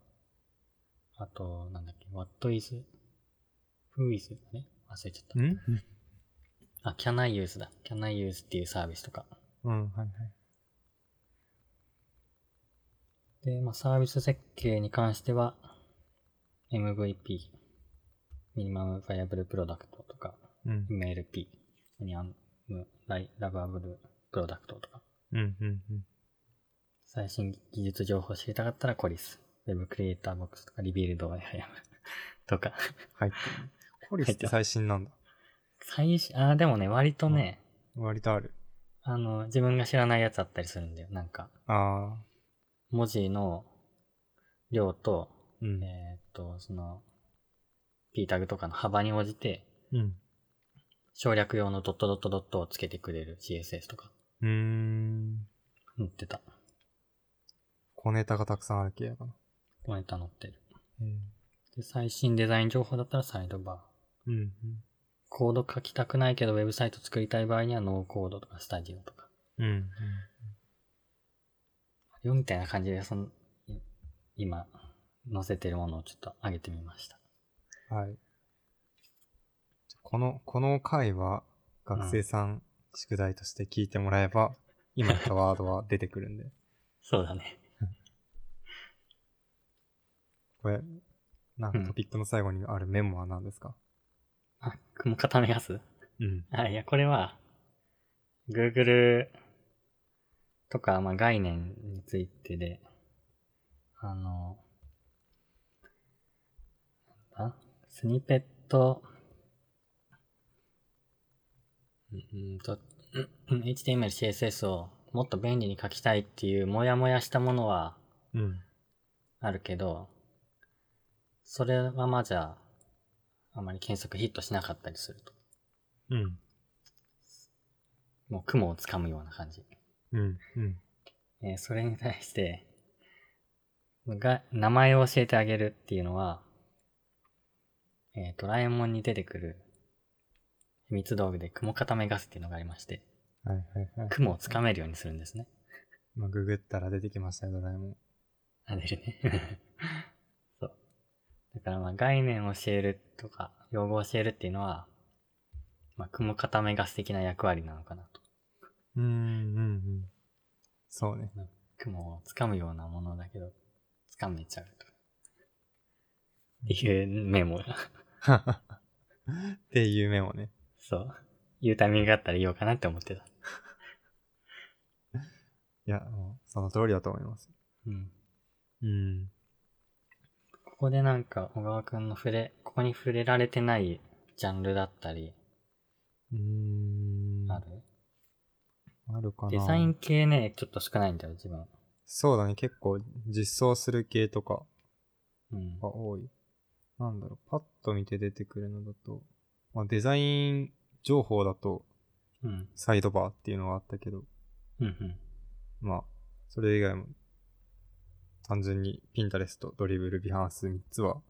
S2: あと、なんだっけ、what is, who is だね。忘れちゃった
S1: う。ん
S2: あ、can I use だ。can I use っていうサービスとか。
S1: うん。はいはい。
S2: で、まあ、サービス設計に関しては、MVP、ミニマムバイアブルプロダクトとか、
S1: うん。
S2: MLP、ミニアムライラバブルプロダクトとか、
S1: うん。うん。
S2: 最新技術情報を知りたかったらコリス、Web クリエイターボックスとか、リビルド IIM <laughs> とか、
S1: 入ってる。コリスって最新なんだ。
S2: 最新、あー、でもね、割とね、
S1: 割とある。
S2: あの、自分が知らないやつあったりするんだよ。なんか、
S1: ああ。
S2: 文字の量と、
S1: うん。
S2: えーっと、その、P タグとかの幅に応じて、
S1: うん。
S2: 省略用のドットドットドットをつけてくれる CSS とか、
S1: うーん。
S2: 載ってた。
S1: 小ネタがたくさんある系やかな。
S2: コネタ載ってる。
S1: えー
S2: で、最新デザイン情報だったらサイドバ
S1: う
S2: ー。
S1: ん。
S2: コード書きたくないけど、ウェブサイト作りたい場合にはノーコードとかスタジオとか。
S1: うん。うん。
S2: よみたいな感じで、その、い今、載せてるものをちょっと上げてみました。
S1: はい。この、この回は学生さん宿題として聞いてもらえば、今言ったワードは出てくる <laughs> んで。
S2: そうだね。
S1: これ、なんか
S2: うん
S1: トピックの最後にあるメモは何ですか
S2: あ、雲固めやす
S1: うん。
S2: あ、いや、これは、Google とか、まあ、概念についてで、あの、なんだスニペット、うんうんと、うん HTML、CSS をもっと便利に書きたいっていう、もやもやしたものは
S1: うん。
S2: あるけど、それはまあじゃあ、あまり検索ヒットしなかったりすると。
S1: うん。
S2: もう雲をつかむような感じ。
S1: うん。うん。
S2: えーそれに対して、が、名前を教えてあげるっていうのは、えードラえもんに出てくる、秘密道具で雲固めガスっていうのがありまして、
S1: はいはいはい。
S2: 雲をつかめるようにするんですね。
S1: まあ、ググったら出てきましたよ、ドラえもん。
S2: あ、出るね。 <laughs> そう。だからまあ概念を教えるとか、用語を教えるっていうのは、まあ雲固めガス的な役割なのかなと。
S1: うーん、うん、うん。そうね。 <laughs>
S2: 雲をつかむようなものだけど、つかめちゃうと。っていうメモが。
S1: っていうメモね。
S2: そう。言うタイミングがあったら言おうかなって思ってた。
S1: いや、もうその通りだと思います。
S2: うん。
S1: うん。
S2: ここでなんか、小川くんの触れ、ここに触れられてないジャンルだったり、
S1: うーん。
S2: ある、
S1: あるかな。
S2: デザイン系ね、ちょっと少ないんだよ、自分。
S1: そうだね、結構実装する系とか、
S2: うん。
S1: が多い。なんだろう、パッと見て出てくるのだと、まあ、デザイン情報だと
S2: うん。
S1: サイドバーっていうのがあったけど、
S2: うん。うん。
S1: まあ、それ以外も、単純にピンタレスト、ドリブル、ビハンス3つは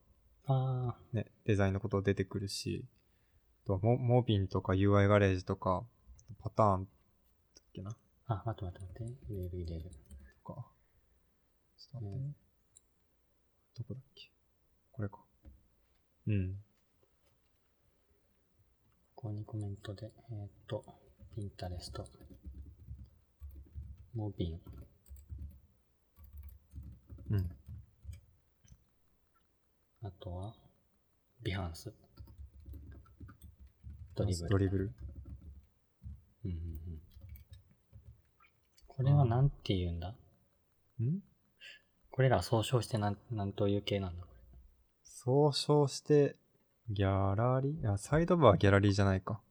S2: ああ、
S1: ね、デザインのこと出てくるし、あとはモモビンとか UI ガレージとか、パターンだっけな
S2: あ、待って待って待って。入れる入れる。
S1: とか。ちょっと待ってね。どこだっけこれか。うん。
S2: ここにコメントで、えーっと、ピンタレスト、モビン、
S1: うん。
S2: あとは、ビハンス、ドリブル。
S1: ドリブル。
S2: うんうんうん、これはなんて言うんだ
S1: ん
S2: これらは総称してなん、なんという系なんだこ
S1: 総称して、ギャラリーあ、サイドバーはギャラリーじゃないか。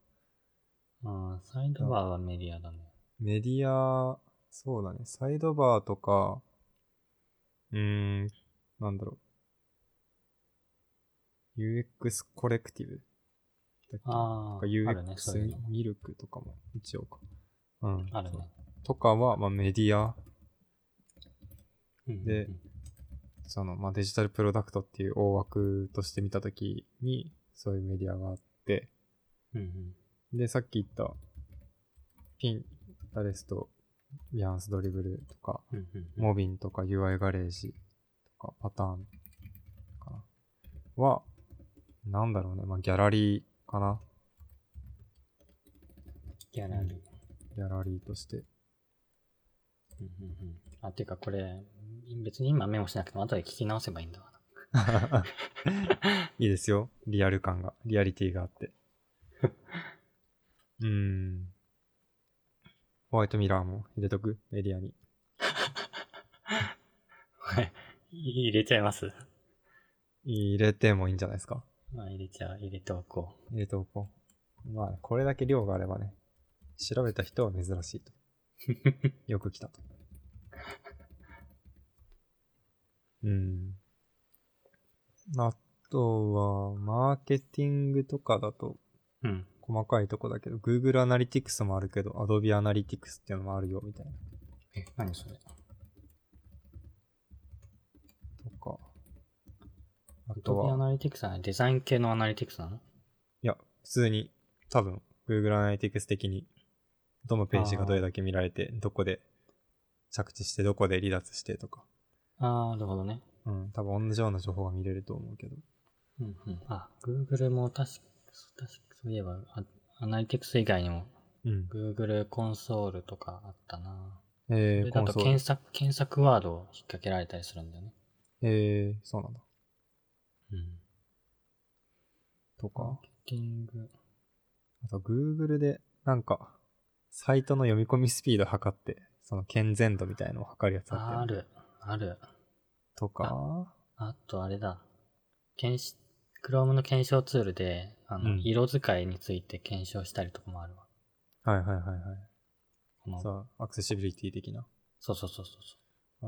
S2: れ。ああ、サイドバーはメディアだね。
S1: メディア、そうだね。サイドバーとか、うーん、なんだろう。UX コレクティブだっけ
S2: ああ、あるね、そういうの
S1: UX
S2: も。
S1: ミルクとかも一応か。うん。
S2: あるね。
S1: とかは、まあ、メディア、
S2: うんうんうん
S1: でその、まあ、デジタルプロダクトっていう大枠として見たときに、そういうメディアがあって、
S2: うんうん。
S1: で、さっき言った、ピン、タレスト、ビアンスドリブルとか、
S2: うんうんうん
S1: モビンとか UI ガレージとかパターンかな。は、なんだろうね。まあ、ギャラリーかな。
S2: ギャラリー。
S1: ギャラリーと
S2: <laughs>
S1: して。
S2: うんうんうんあ、ていうかこれ、別に今メモしなくても後で聞き直せばいいんだわ。
S1: いいですよ。リアル感が、リアリティがあ
S2: <laughs>
S1: って。うーん。ホワイトミラーも入れとくメディアに。
S2: はい。 <laughs> 入れちゃいます。
S1: 入れてもいいんじゃないですか。
S2: まあ、入れちゃう、入れておこ
S1: 入れておこう。まあ、これだけ量があればね、調べた人は珍しいと。よく来たと。うん。あとは、マーケティングとかだと、
S2: う。うん。
S1: 細かいとこだけど、Google Analytics もあるけど、Adobe Analytics っていうのもあるよ、みたいな。
S2: え、何それ
S1: とか。あ
S2: ア
S1: と
S2: ドビア
S1: は、
S2: ナリティクスはねデザイン系のアナリティクスなの
S1: いや、普通に、多分、Google Analytics 的に、どのページがどれだけ見られて、どこで着地して、どこで離脱してとか。
S2: あー、なるほどね。
S1: うん、多分同じような情報が見れると思うけど。
S2: うんうん。あ、Google も確か、確か、そういえば、あアナリティクス以外にも、
S1: うん。
S2: Google コンソールとかあったな
S1: え
S2: そ
S1: ー、コ
S2: れだ
S1: ン
S2: と
S1: ソール
S2: 検。索、検索ワードを引っ掛けられたりするんだよね。
S1: えー、そうなんだ。
S2: うん。
S1: と
S2: マー
S1: か。
S2: ケティング。
S1: あと、Google で、なんか、サイトの読み込みスピード測って、その健全度みたいのを測るやつあったよ
S2: あ
S1: ね
S2: る、ある。
S1: とか、
S2: あとあれだ。検視、Chrome の検証ツールで、あ
S1: う
S2: の、
S1: ん
S2: 色使いについて検証したりとかもあるわ。
S1: はいはいはいは
S2: この
S1: い。そう、アクセシビリティ的な。
S2: そうそうそうそうそ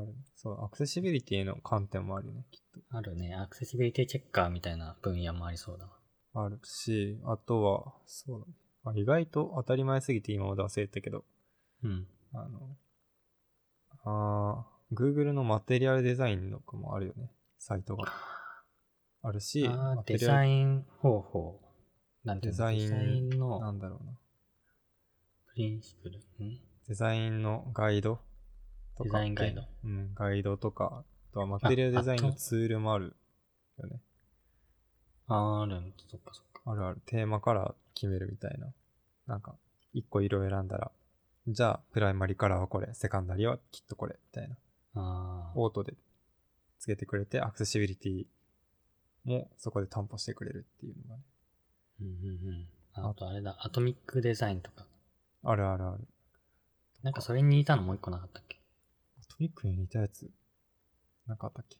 S1: あるね。そう、アクセシビリティの観点もあるよね、きっ
S2: う。あるね。アクセシビリティチェッカーみたいな分野もありそうだわ。
S1: と。あるし、あとは、そうだね。あ意外と当たり前すぎて今まで忘れてたけど、
S2: うん。
S1: あの、あー Google のマテリアルデザインのかもあるよね、サイトが。あるし、
S2: あ
S1: マ
S2: ー
S1: テ
S2: デ
S1: リア
S2: ザ
S1: ル、
S2: イン方法。なんていうの
S1: デザイン
S2: デザイン
S1: な
S2: の
S1: んだろうな、
S2: プリンシプル。ん
S1: デザインのガイドとか。
S2: デザインガイド。
S1: うん、ガイドとか、あとはマテリアルデザイン
S2: あ
S1: の
S2: と
S1: ツールもあるよね。
S2: あーあるんだ。そっかそっか。
S1: あるある、テーマから決めるみたいな。なんか、一個色選んだら、じゃあ、プライマリカラーはこれ、セカンダリはきっとこれ、みたいな。
S2: あー
S1: オートでつけてくれて、アクセシビリティもそこで担保してくれるっていうのがね。
S2: うんうんうん。あとあれだ。アトミックデザインとか。
S1: あるあるある。
S2: なんかそれに似たのもう一個なかったっけ
S1: トミックに似たやつ、なんかあったっけ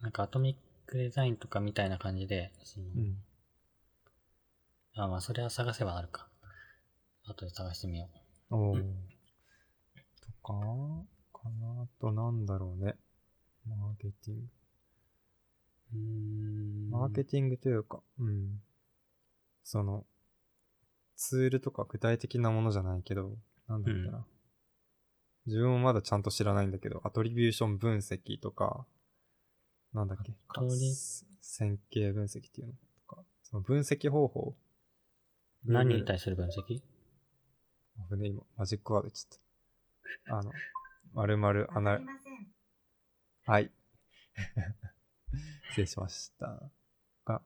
S2: なんかアトミックデザインとかみたいな感じで、その、
S1: うん。
S2: あ、まあ、それは探せばあるか。後で探してみよ
S1: お
S2: う
S1: ー
S2: ん。
S1: とか、かなあとなんだろうね。マーケティング。
S2: うーん
S1: マーケティングというか、うん。その、ツールとか具体的なものじゃないけど、なんだっけな。自分もまだちゃんと知らないんだけど、アトリビューション分析とか、なんだっけ、
S2: アトリ
S1: 線形分析っていうのとか、その分析方法。
S2: 何に
S1: Google
S2: 対する分析
S1: 危ねえ、今、マジックワード言っちゃった。あの、まるまるアナ、はい。 <laughs> 失礼しました。が、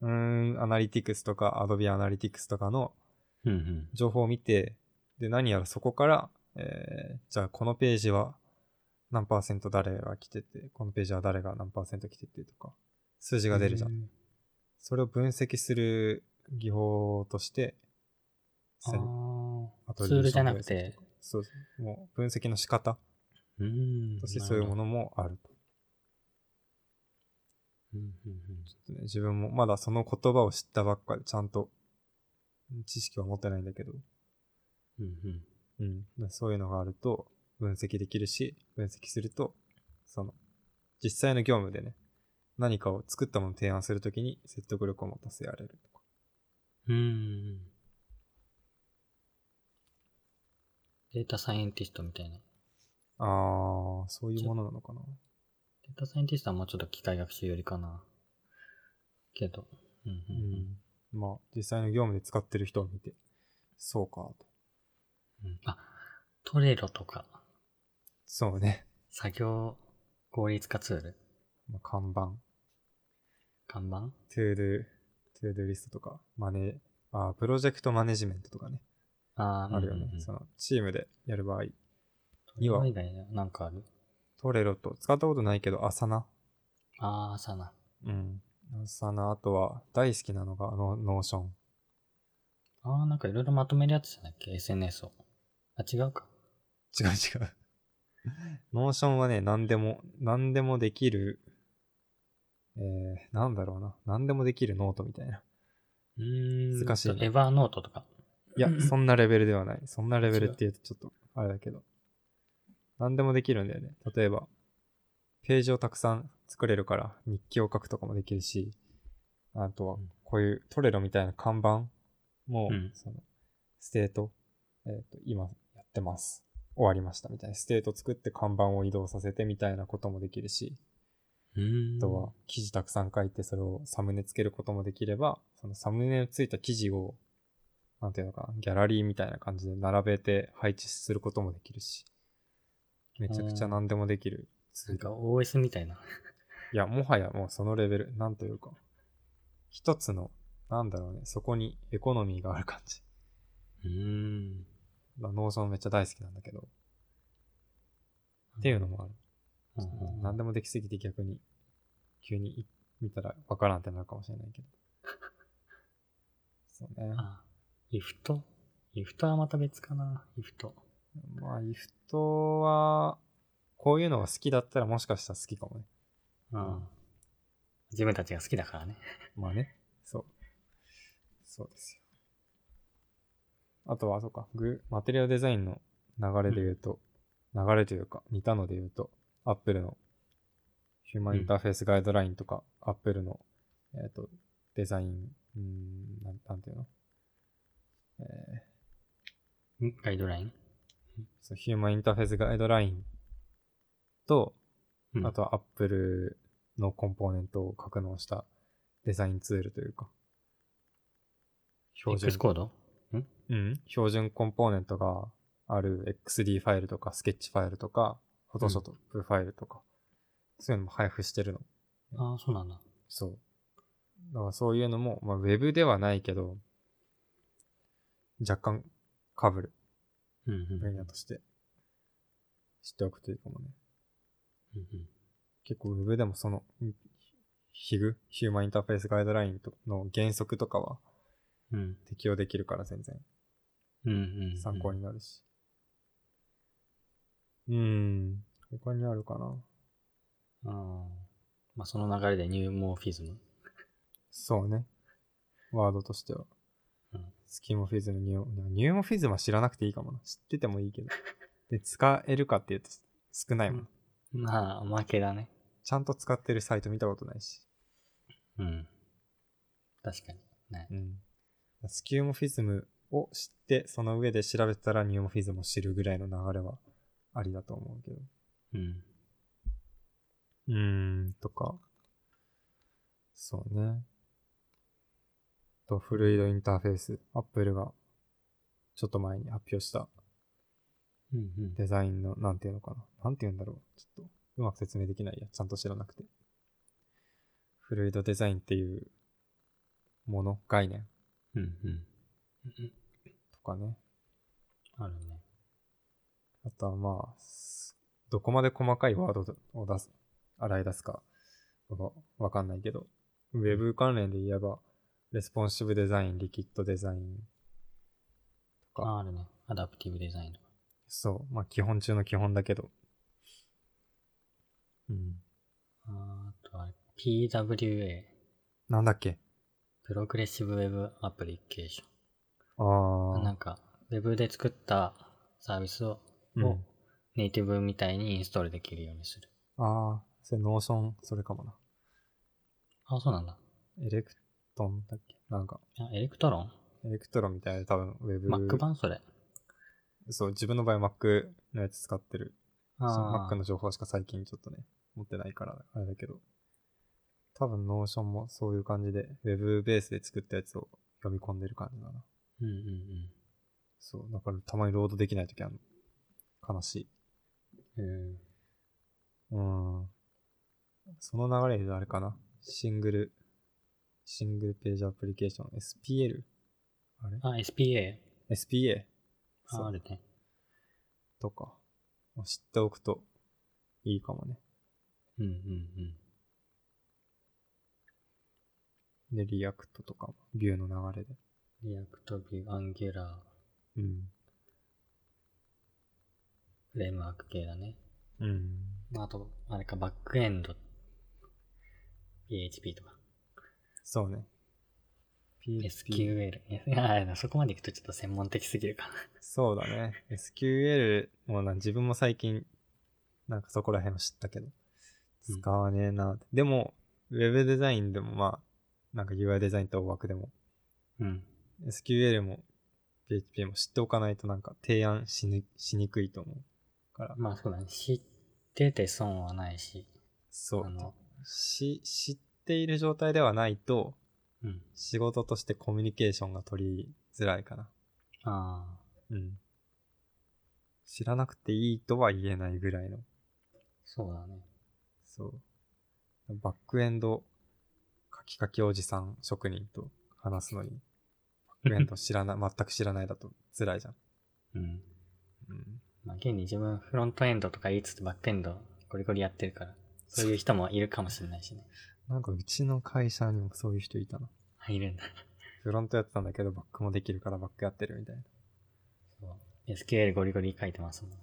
S1: うーん、アナリティクスとか、アドビアナリティクスとかの
S2: うんうん。
S1: 情報を見て、で、何やらそこから、えー、じゃあこのページは何パーセント誰が来てて、このページは誰が何パーセント来ててとか、数字が出るじゃん。
S2: う
S1: それを分析する技法として、
S2: ーん。あ
S1: ア
S2: あ。ツ
S1: トリビ
S2: ー
S1: ュ
S2: ル
S1: ション
S2: じゃなくて、
S1: そうそう、もう分析の仕方
S2: うーん。
S1: としてそういうも
S2: の。
S1: のもあると。
S2: うんうんうん
S1: ちょっとね、自分もまだその言葉を知ったばっかで、ちゃんと知識は持ってないんだけど、
S2: うんう
S1: う
S2: ん。
S1: ん、だそういうのがあると分析できるし、分析すると、その、実際の業務でね、何かを作ったものを提案するときに説得力を持たせられるとか。
S2: うーん。データサイエンティストみたいな。デ
S1: あー、そういうものなのかな。
S2: ータサイエンティストはもうちょっと機械学習よりかな。けど。うん
S1: う
S2: うんうん。
S1: ん。まあ、実際の業務で使ってる人を見て、そうか、と。
S2: うんあ、トレロとか、
S1: そうね。
S2: 作業効率化ツール、
S1: <laughs> まあ、看板、
S2: 看板
S1: トゥードゥ、トゥードゥリストとか、マネ、あープロジェクトマネジメントとかね。
S2: あー
S1: あるよね。
S2: うんうんうん
S1: そのチームでやる場合、
S2: トレロ以外になんかある
S1: トレロと使ったことないけど、アサナ。
S2: あー、サナ。
S1: うん。アサナ、あとは大好きなのが、あの、ノーション。
S2: あー、なんかいろいろまとめるやつじゃないっけ ?SNS を。あ、違うか。
S1: 違う違う。 <laughs> ノーションはね、何でも、何でもできる、えー、なんだろうな。何でもできるノートみたいな。
S2: うーん。
S1: 難しいな
S2: とエヴァーノートとか。
S1: いや、そんなレベルではない。そんなレベルって言うとちょっと、あれだけど。何でもできるんだよね。例えば、ページをたくさん作れるから、日記を書くとかもできるし、あとは
S2: うん、
S1: こういうトレロみたいな看板も、
S2: うん
S1: その、ステート、えっ、と、今やってます。終わりましたみたいな。ステート作って看板を移動させてみたいなこともできるし、
S2: うーん。
S1: あとは記事たくさん書いてそれをサムネつけることもできれば、そのサムネのついた記事を、なんていうのかな、ギャラリーみたいな感じで並べて配置することもできるし、めちゃくちゃ何でもできるツ
S2: なん
S1: ール
S2: か OS みたいな。
S1: いや、もはやもうそのレベル、なんというか、一つの、なんだろうね、そこにエコノミーがある感じ。 <laughs>
S2: うーん。
S1: まあ、ノーションめっちゃ大好きなんだけど、っていうのもある。
S2: うんうん
S1: 何でもできすぎて逆に、急にい見たらわからんってなるかもしれない
S2: <laughs>
S1: けど。そうね。
S2: あ、イフトイフトはまた別かな。イフト。
S1: まあ、イフトは、こういうのが好きだったらもしかしたら好きかもね。
S2: うん。自分たちが好きだからね。
S1: まあね。そう。そうですよ。あとは、そうか、グマテリアルデザインの流れで言うと、流れというか、似たので言うと、アップルのヒューマンインターフェースガイドラインとか、アップルの、えっ、と、デザイン、うーんなん、なんていうのえー
S2: んガイドライン。
S1: そうヒューマンインターフェースガイドラインと、
S2: うん
S1: あとは Apple のコンポーネントを格納したデザインツールというか、標準
S2: X、コード
S1: うん、標準コンポーネントがある XD ファイルとか、スケッチファイルとか、Photoshop ファイルとか、そういうのも配布してるの。
S2: ああ、そうなんだ。
S1: そう。だからそういうのも、まあ、ウェブではないけど、若干被る
S2: うんうん。
S1: 分野として知っておくといいかもね。
S2: うんうん
S1: 結構ウェブでもその、んヒグヒューマンインターフェースガイドラインとの原則とかは
S2: うん。
S1: 適用できるから全然
S2: うんうんうん。
S1: 参考
S2: に。
S1: になるし。うーん。他にあるかな
S2: ああ。まあ、その流れでニューモーフィズム。
S1: そうね。ワードとしては
S2: うん。
S1: スキーモフィズム、ニューニューモフィズムは知らなくていいかもな。知っててもいいけど。で、使えるかっていうと少ないもん。
S2: まあ、おまけだね。
S1: ちゃんと使ってるサイト見たことないし。
S2: うん。確かに。ない。
S1: うん。スキューモフィズムを知って、その上で調べたらニューモフィズムを知るぐらいの流れはありだと思うけど。
S2: うん。
S1: うーん、とか。そうね。と、フルイドインターフェース。アップルが、ちょっと前に発表した
S2: うんうん。
S1: デザインの、なんていうのかな。なんていうんだろう。ちょっと、うまく説明できないや。ちゃんと知らなくて。フルイドデザインっていう、もの、概念
S2: うんうん。
S1: とかね。
S2: あるね。
S1: あとはまあ、すどこまで細かいワードを出す、洗い出すかはわかんないけど、ウェブ関連で言えば、レスポンシブデザイン、リキッドデザイン、か
S2: ああるね。アダプティブデザインとか。
S1: そう、まあ基本中の基本だけど。うん。
S2: あーあとは PWA。
S1: なんだっけ
S2: プログレッシブウェブアプリケーション。
S1: あ
S2: な
S1: ー
S2: んか、ウェブで作ったサービスを、
S1: うん
S2: をネイティブみたいにインストールできるようにする。
S1: あー、それノーション、それかもな。
S2: あ、そうなんだ。
S1: エレクトンだっけなんか、
S2: あエレクトロン
S1: エレクトロみたいな多分ウェブ。
S2: ?Mac 版それ。
S1: そう、自分の場合 Mac のやつ使ってる。
S2: あ
S1: そう
S2: あ
S1: Mac の情報しか最近ちょっとね、持ってないから、あれだけど。多分 Notion もそういう感じで、Web ベースで作ったやつを読み込んでる感じだな。
S2: うんうんうん。
S1: そう、だからたまにロードできないときは悲しい。
S2: うん
S1: うーん。その流れであれかな。シングル、シングルページアプリケーション、SPL? あれ
S2: あ、SPA。
S1: ?SPA?
S2: あ
S1: そ
S2: あ
S1: う、
S2: るね。
S1: とか。知っておくといいかもね。
S2: うんうん
S1: で、リアクトとかも、ビューの流れで。
S2: うん。リアクトビュー、アンギュラ
S1: う
S2: ー、
S1: ん。
S2: フレームワーク系だね。
S1: うん。
S2: あと、あれか、バックエンド。PHP とか。
S1: そうね。PHP
S2: SQL。いや、いやそこまで行くとちょっと専門的すぎるかな。
S1: そうだね。SQL もな、自分も最近、なんかそこら辺を知ったけど、
S2: うん
S1: 使わねえな、でも、ウェブデザインでもまあ、なんか UI デザインと大枠でも、
S2: うん。
S1: SQL も PHP も知っておかないとなんか提案しにしにくいと思うから、
S2: まあそうだね。知ってて損はないし。
S1: そ
S2: あの
S1: う。し、知っている状態ではないと、
S2: うん。
S1: 仕事としてコミュニケーションが取りづらいかな。
S2: ああ、
S1: うん。知らなくていいとは言えないぐらいの。
S2: そうだね。
S1: そう。バックエンド、カキカキおじさん職人と話すのに、バックエンド知ら
S2: <laughs>
S1: ない、全く知らないだと辛いじゃん。
S2: うん。
S1: うん。
S2: まあ現に自分フロントエンドとか言いつつバックエンドゴリゴリやってるから、そういう人もいるかもしれないしね。
S1: なんかうちの会社にもそういう人いたな。
S2: あ <laughs> いるんだ。
S1: フロントやってたんだけど、バックもできるからバックやってるみたいな。
S2: そう。SQL ゴリゴリ書いてますもん。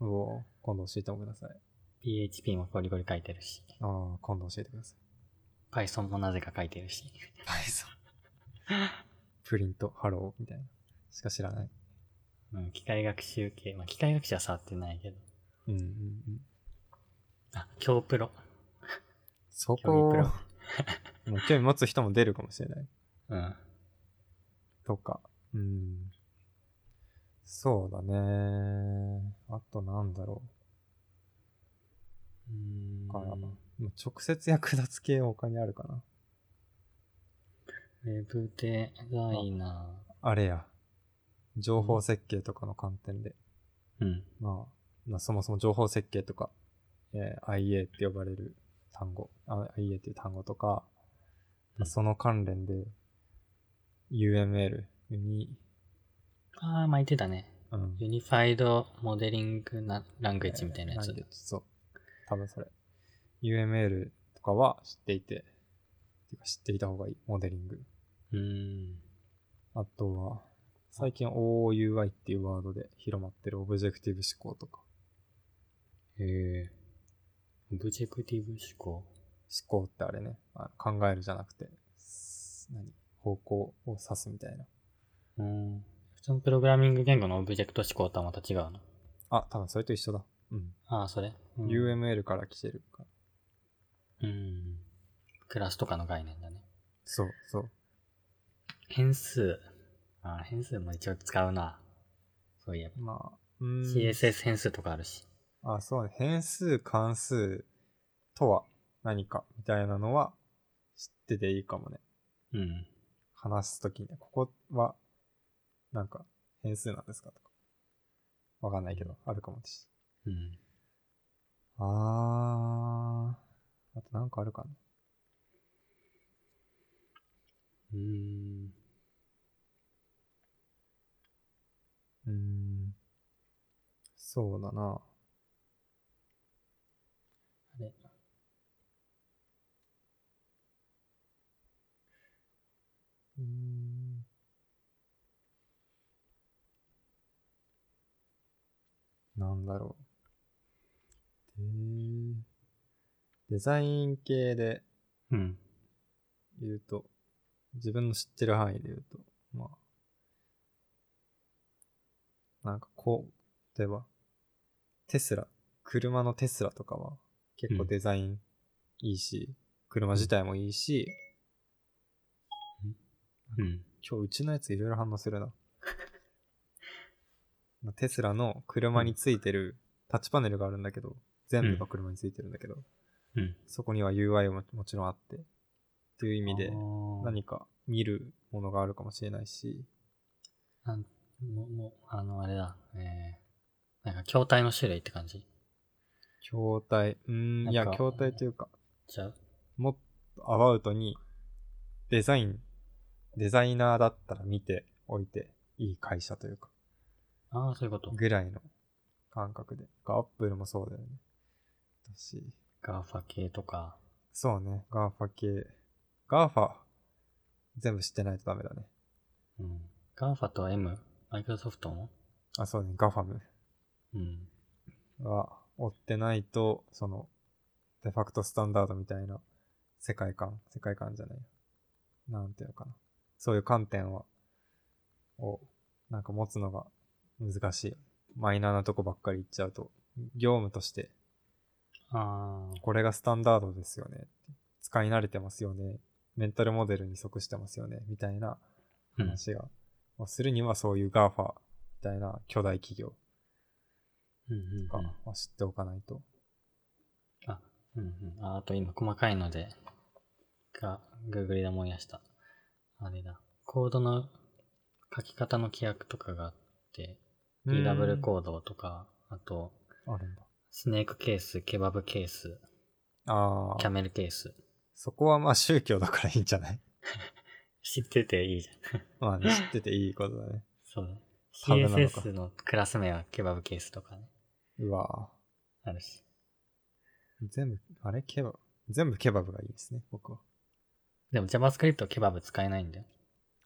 S1: うおー今度教えてください。
S2: PHP もゴリゴリ書いてるし、
S1: ああ、今度教えてください。
S2: Python もなぜか書いてるし。
S1: Python。プ
S2: <laughs>
S1: リント、ハローみたいな。しか知らない。
S2: うん、機械学習系。まあ機械学習は触ってないけど。
S1: うんうんうん。
S2: あ、京プロ。
S1: そ
S2: 興味
S1: こ
S2: プ
S1: <laughs>
S2: ロ
S1: もう興味持つ人も出るかもしれない。
S2: うん。
S1: とか。うん。そうだね。あとなんだろ
S2: うん
S1: からう。もう直接役立つ系は他にあるかな。
S2: ウェブデザイナ
S1: あれや。情報設計とかの観点で。
S2: ー。うん。
S1: まあ、まあ、そもそも情報設計とか、えー IA って呼ばれる単語、あ IA っていう単語とか、まあその関連で、UML に、
S2: ああ、巻いてたね。
S1: うん。
S2: ユニファイドモデリングなラングエッジみたいなや
S1: なん
S2: つ
S1: で。そう。多分それ。UML とかは知っていて、てか知っていた方がいい。モデリング。
S2: うーん。
S1: あとは、最近 OUI っていうワードで広まってるオブジェクティブ思考とか。
S2: へえ。オブジェクティブ思考。
S1: 思考ってあれね、あの考えるじゃなくて、す何方向を指すみたいな。
S2: うん。普通のプログラミング言語のオブジェクト思考とはまた違うの。
S1: あ、多分それと一緒だ。うん。
S2: ああ、それ、うん
S1: UML から来てるから。
S2: うん。クラスとかの概念だね。
S1: そうそう。
S2: 変数。あー変数も一応使うな。そういえば。
S1: まあ、うーん。
S2: CSS 変数とかあるし。
S1: あ、そうね。変数、関数とは何かみたいなのは知ってていいかもね。
S2: うん。
S1: 話すときに、ここは、なんか、変数なんですかとか。わかんないけど、あるかもし。
S2: うん。
S1: あー。あとなんかあるかな。
S2: うん。
S1: うーん。そうだな。
S2: あれ。
S1: うーん。なんだろう。で、デザイン系で
S2: うん。
S1: 言うと、自分の知ってる範囲で言うと、まあ、なんかこう、例えば、テスラ、車のテスラとかは結構
S2: うん
S1: デザインいいし、車自体もいいし、
S2: うん。
S1: 今日うちのやついろいろ反応する
S2: <laughs>
S1: な。まあテスラの車についてるタッチパネルがあるんだけど、全部が車についてるんだけど、
S2: うん。
S1: そこには UI ももちろんあって、という意味で、
S2: 何
S1: 何か見るものがあるかもしれないし、
S2: なんもう、もう、あの、あれだ。えー、なんか、筐体の種類って感じ
S1: 筐体、うーん、いや、
S2: なんか
S1: 筐体というか、
S2: ちゃう
S1: もっとアバウトに、デザイン、デザイナーだったら見ておいていい会社というか、
S2: ああ、そういうこと。
S1: ぐらいの感覚で。アップルもそうだよね。だし、
S2: ガーファ系とか。
S1: そうね、ガーファ系。ガーファ、全部知ってないとダメだね。
S2: うん。ガーファと M? マイクロソフトも
S1: あ、そうね、ガファム
S2: うん。
S1: が追ってないと、その、デファクトスタンダードみたいな世界観、世界観じゃない。なんていうのかな。そういう観点は、を、なんか持つのが難しい。マイナーなとこばっかり行っちゃうと、業務として、
S2: ああ、
S1: これがスタンダードですよね。使い慣れてますよね。メンタルモデルに即してますよね。みたいな
S2: うん。
S1: 話が、をするにはそういう GAFA みたいな巨大企業
S2: うんうん
S1: とかは知っておかないと。
S2: うんうん。ああと今細かいので、が、Google で思い出した。あれだ。コードの書き方の規約とかがあって、
S1: う
S2: DW
S1: ん
S2: コードとか、あと、
S1: あるんだ。
S2: スネークケース、ケバブケース、
S1: あ
S2: キャ
S1: あ、
S2: メルケース。
S1: そこはまあ宗教だからいいんじゃない <laughs>
S2: 知ってていいじゃん。
S1: まあね、知ってていいことだね。
S2: そうね。
S1: タブなのか
S2: CSS のクラス名はケバブケースとかね。
S1: うわ
S2: あるし。
S1: ぁ。全部、あれケバブ。全部ケバブがいいですね、僕は。
S2: でも JavaScript はケバブ使えないんだよ。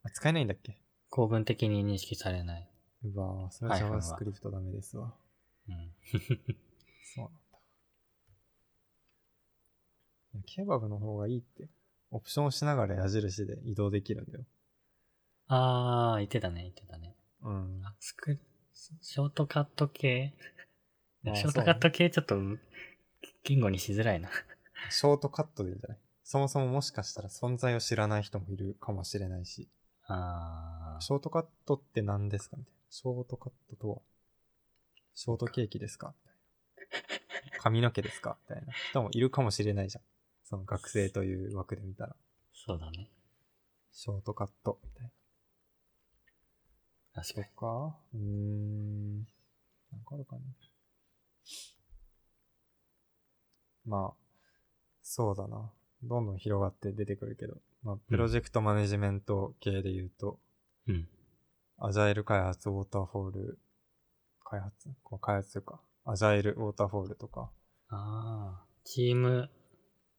S1: あ、使えないんだっけ
S2: 構文的に認識されない。
S1: うわぁ、それは
S2: ハイフンは
S1: JavaScript ダメですわ。
S2: うん。 <laughs>
S1: そうなんだ。いやケバブの方がいいって。オプションをしながら矢印で移動できるんだよ。
S2: あー、言ってたね、言ってたね。
S1: うん。
S2: あスクショートカット系
S1: あー
S2: ショートカット系ちょっと言語にしづらいな。
S1: ショートカットでいいんじゃないそもそももしかしたら存在を知らない人もいるかもしれないし。
S2: あ
S1: ショートカットって何ですかみたいな。ショートカットとは、ショートケーキですかみたいな。髪の毛ですかみたいな人もいるかもしれないじゃん。その学生という枠で見たら。
S2: そうだね。
S1: ショートカットみたいな。
S2: 確かに。
S1: かうーん。なんかあるかね。まあ、そうだな。どんどん広がって出てくるけど。まあ、プロジェクトマネジメント系で言うと、
S2: うん。
S1: アジャイル開発、ウォーターフォール、開発こう開発というか、アジャイル、ウォーターフォールとか、
S2: あー、チーム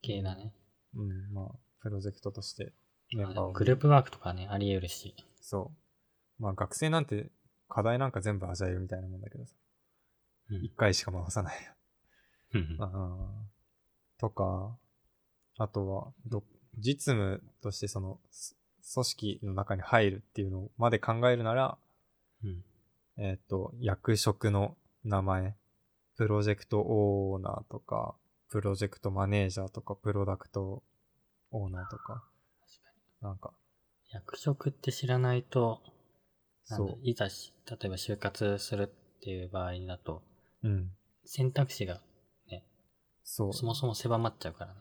S2: 系だね。
S1: うん、まあ、プロジェクトとしてメ
S2: あ
S1: ン
S2: で
S1: バー
S2: も
S1: を。
S2: グループワークとかね、あり得るし。
S1: そう。まあ、学生なんて、課題なんか全部アジャイルみたいなもんだけどさ、
S2: うん
S1: 一回しか回さない。
S2: うん
S1: あーとか、あとは、ど、実務としてその、す組織の中に入るっていうのまで考えるなら、
S2: うん。
S1: えっ、と、役職の名前、プロジェクトオーナーとか、プロジェクトマネージャーとか、プロダクトオーナーとか、
S2: 確か
S1: なんか、
S2: に。役職って知らないと、なん
S1: そ
S2: だいざし、例えば就活するっていう場合だと、
S1: う。うん。
S2: 選択肢が
S1: そう。
S2: そもそも狭まっちゃうからね。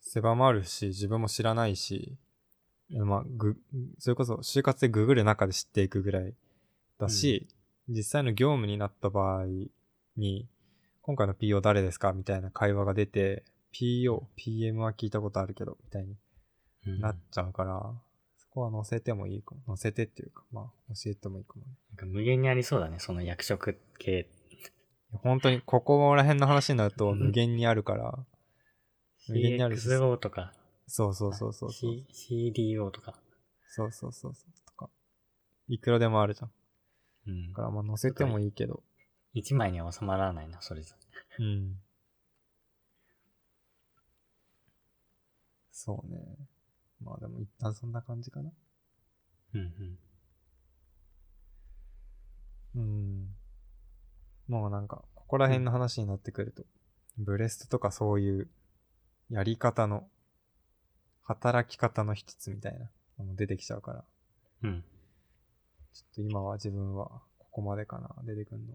S1: 狭まるし、自分も知らないし、まあ、ぐ、それこそ就活でググる中で知っていくぐらいだし、実際の業務になった場合に、今回の PO 誰ですかみたいな会話が出て、PO、PM は聞いたことあるけど、みたいに
S2: うん
S1: なっちゃうから、そこは載せてもいいかも。載せてっていうか、まあ、教えてもいいかもね。
S2: なんか無限にありそうだね、その役職系。
S1: いや本当に、ここら辺の話になると無限にあるから、無限にあるし
S2: CXO とか、
S1: そうそうそうそうそう。
S2: C- CDO とか。
S1: そうそうそうそう。とか、いくらでもあるじゃん。
S2: うん
S1: だからまあ載せてもいいけど。
S2: 一枚には収まらないな、それじゃ。
S1: うん。そうね。まあでも一旦そんな感じかな。
S2: うん
S1: う
S2: うん。
S1: ん。もうなんか、ここら辺の話になってくると、ブレストとかそういう、やり方の、働き方の一つみたいなのも出てきちゃうから、
S2: うん。
S1: ちょっと今は自分はここまでかな、出てくんの。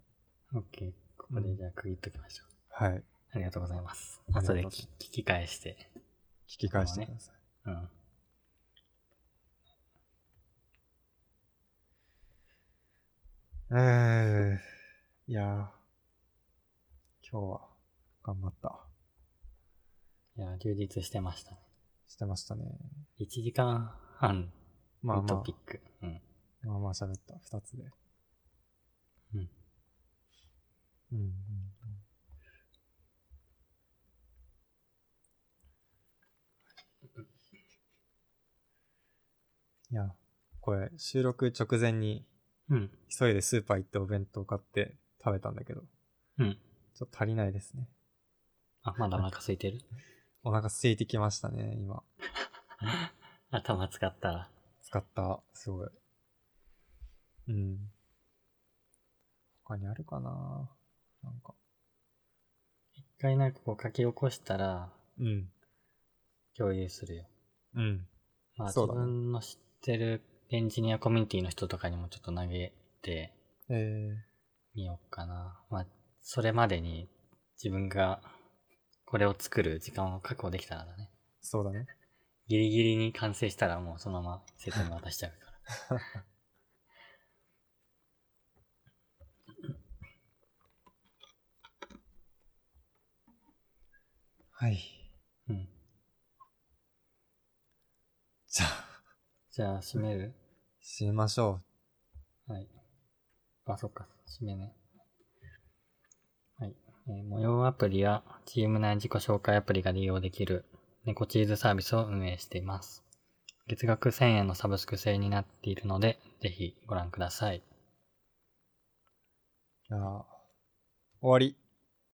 S2: OK。ここでじゃあ区切っときましょう。
S1: はい。
S2: ありがとうございます。
S1: ありが
S2: 後
S1: とう
S2: で聞き聞き返して。
S1: 聞き返してください。
S2: うん。
S1: えー、いやー、今日は頑張った。
S2: いや、充実してましたね。
S1: してましたね。
S2: 1時間半
S1: まあ
S2: のト
S1: ま
S2: ピック。うん。
S1: あ、まあまあ喋った、二つで。
S2: うん。
S1: うんうん。いや、これ収録直前に
S2: うん。
S1: 急いでスーパー行ってお弁当買って食べたんだけど、
S2: うん。
S1: ちょっと足りないですね。
S2: あ、まだお腹空いてる
S1: お腹空いてきましたね、今。
S2: 頭使ったら。
S1: 使った、すごい。うん。他にあるかななんか。
S2: 一回なんかこう書き起こしたら
S1: うん。
S2: 共有するよ。
S1: うん。
S2: まあ、
S1: そ
S2: 自
S1: うだね
S2: 分の知ってるエンジニアコミュニティの人とかにもちょっと投げて
S1: えー、
S2: みようかな。まあ、それまでに自分がこれを作る時間を確保できたらだね。
S1: そうだね。
S2: ギリギリに完成したらもうそのまま生徒に渡しちゃうから。
S1: はい。
S2: うん。
S1: じゃあ、
S2: じゃあ、閉める
S1: 閉めましょ
S2: はい。あ、そっか、締めね。はい。えー模様アプリやチーム内自己紹介アプリが利用できる猫チーズサービスを運営しています。月額1000円のサブスク制になっているので、ぜひご覧ください。
S1: う。じゃあ、終わり。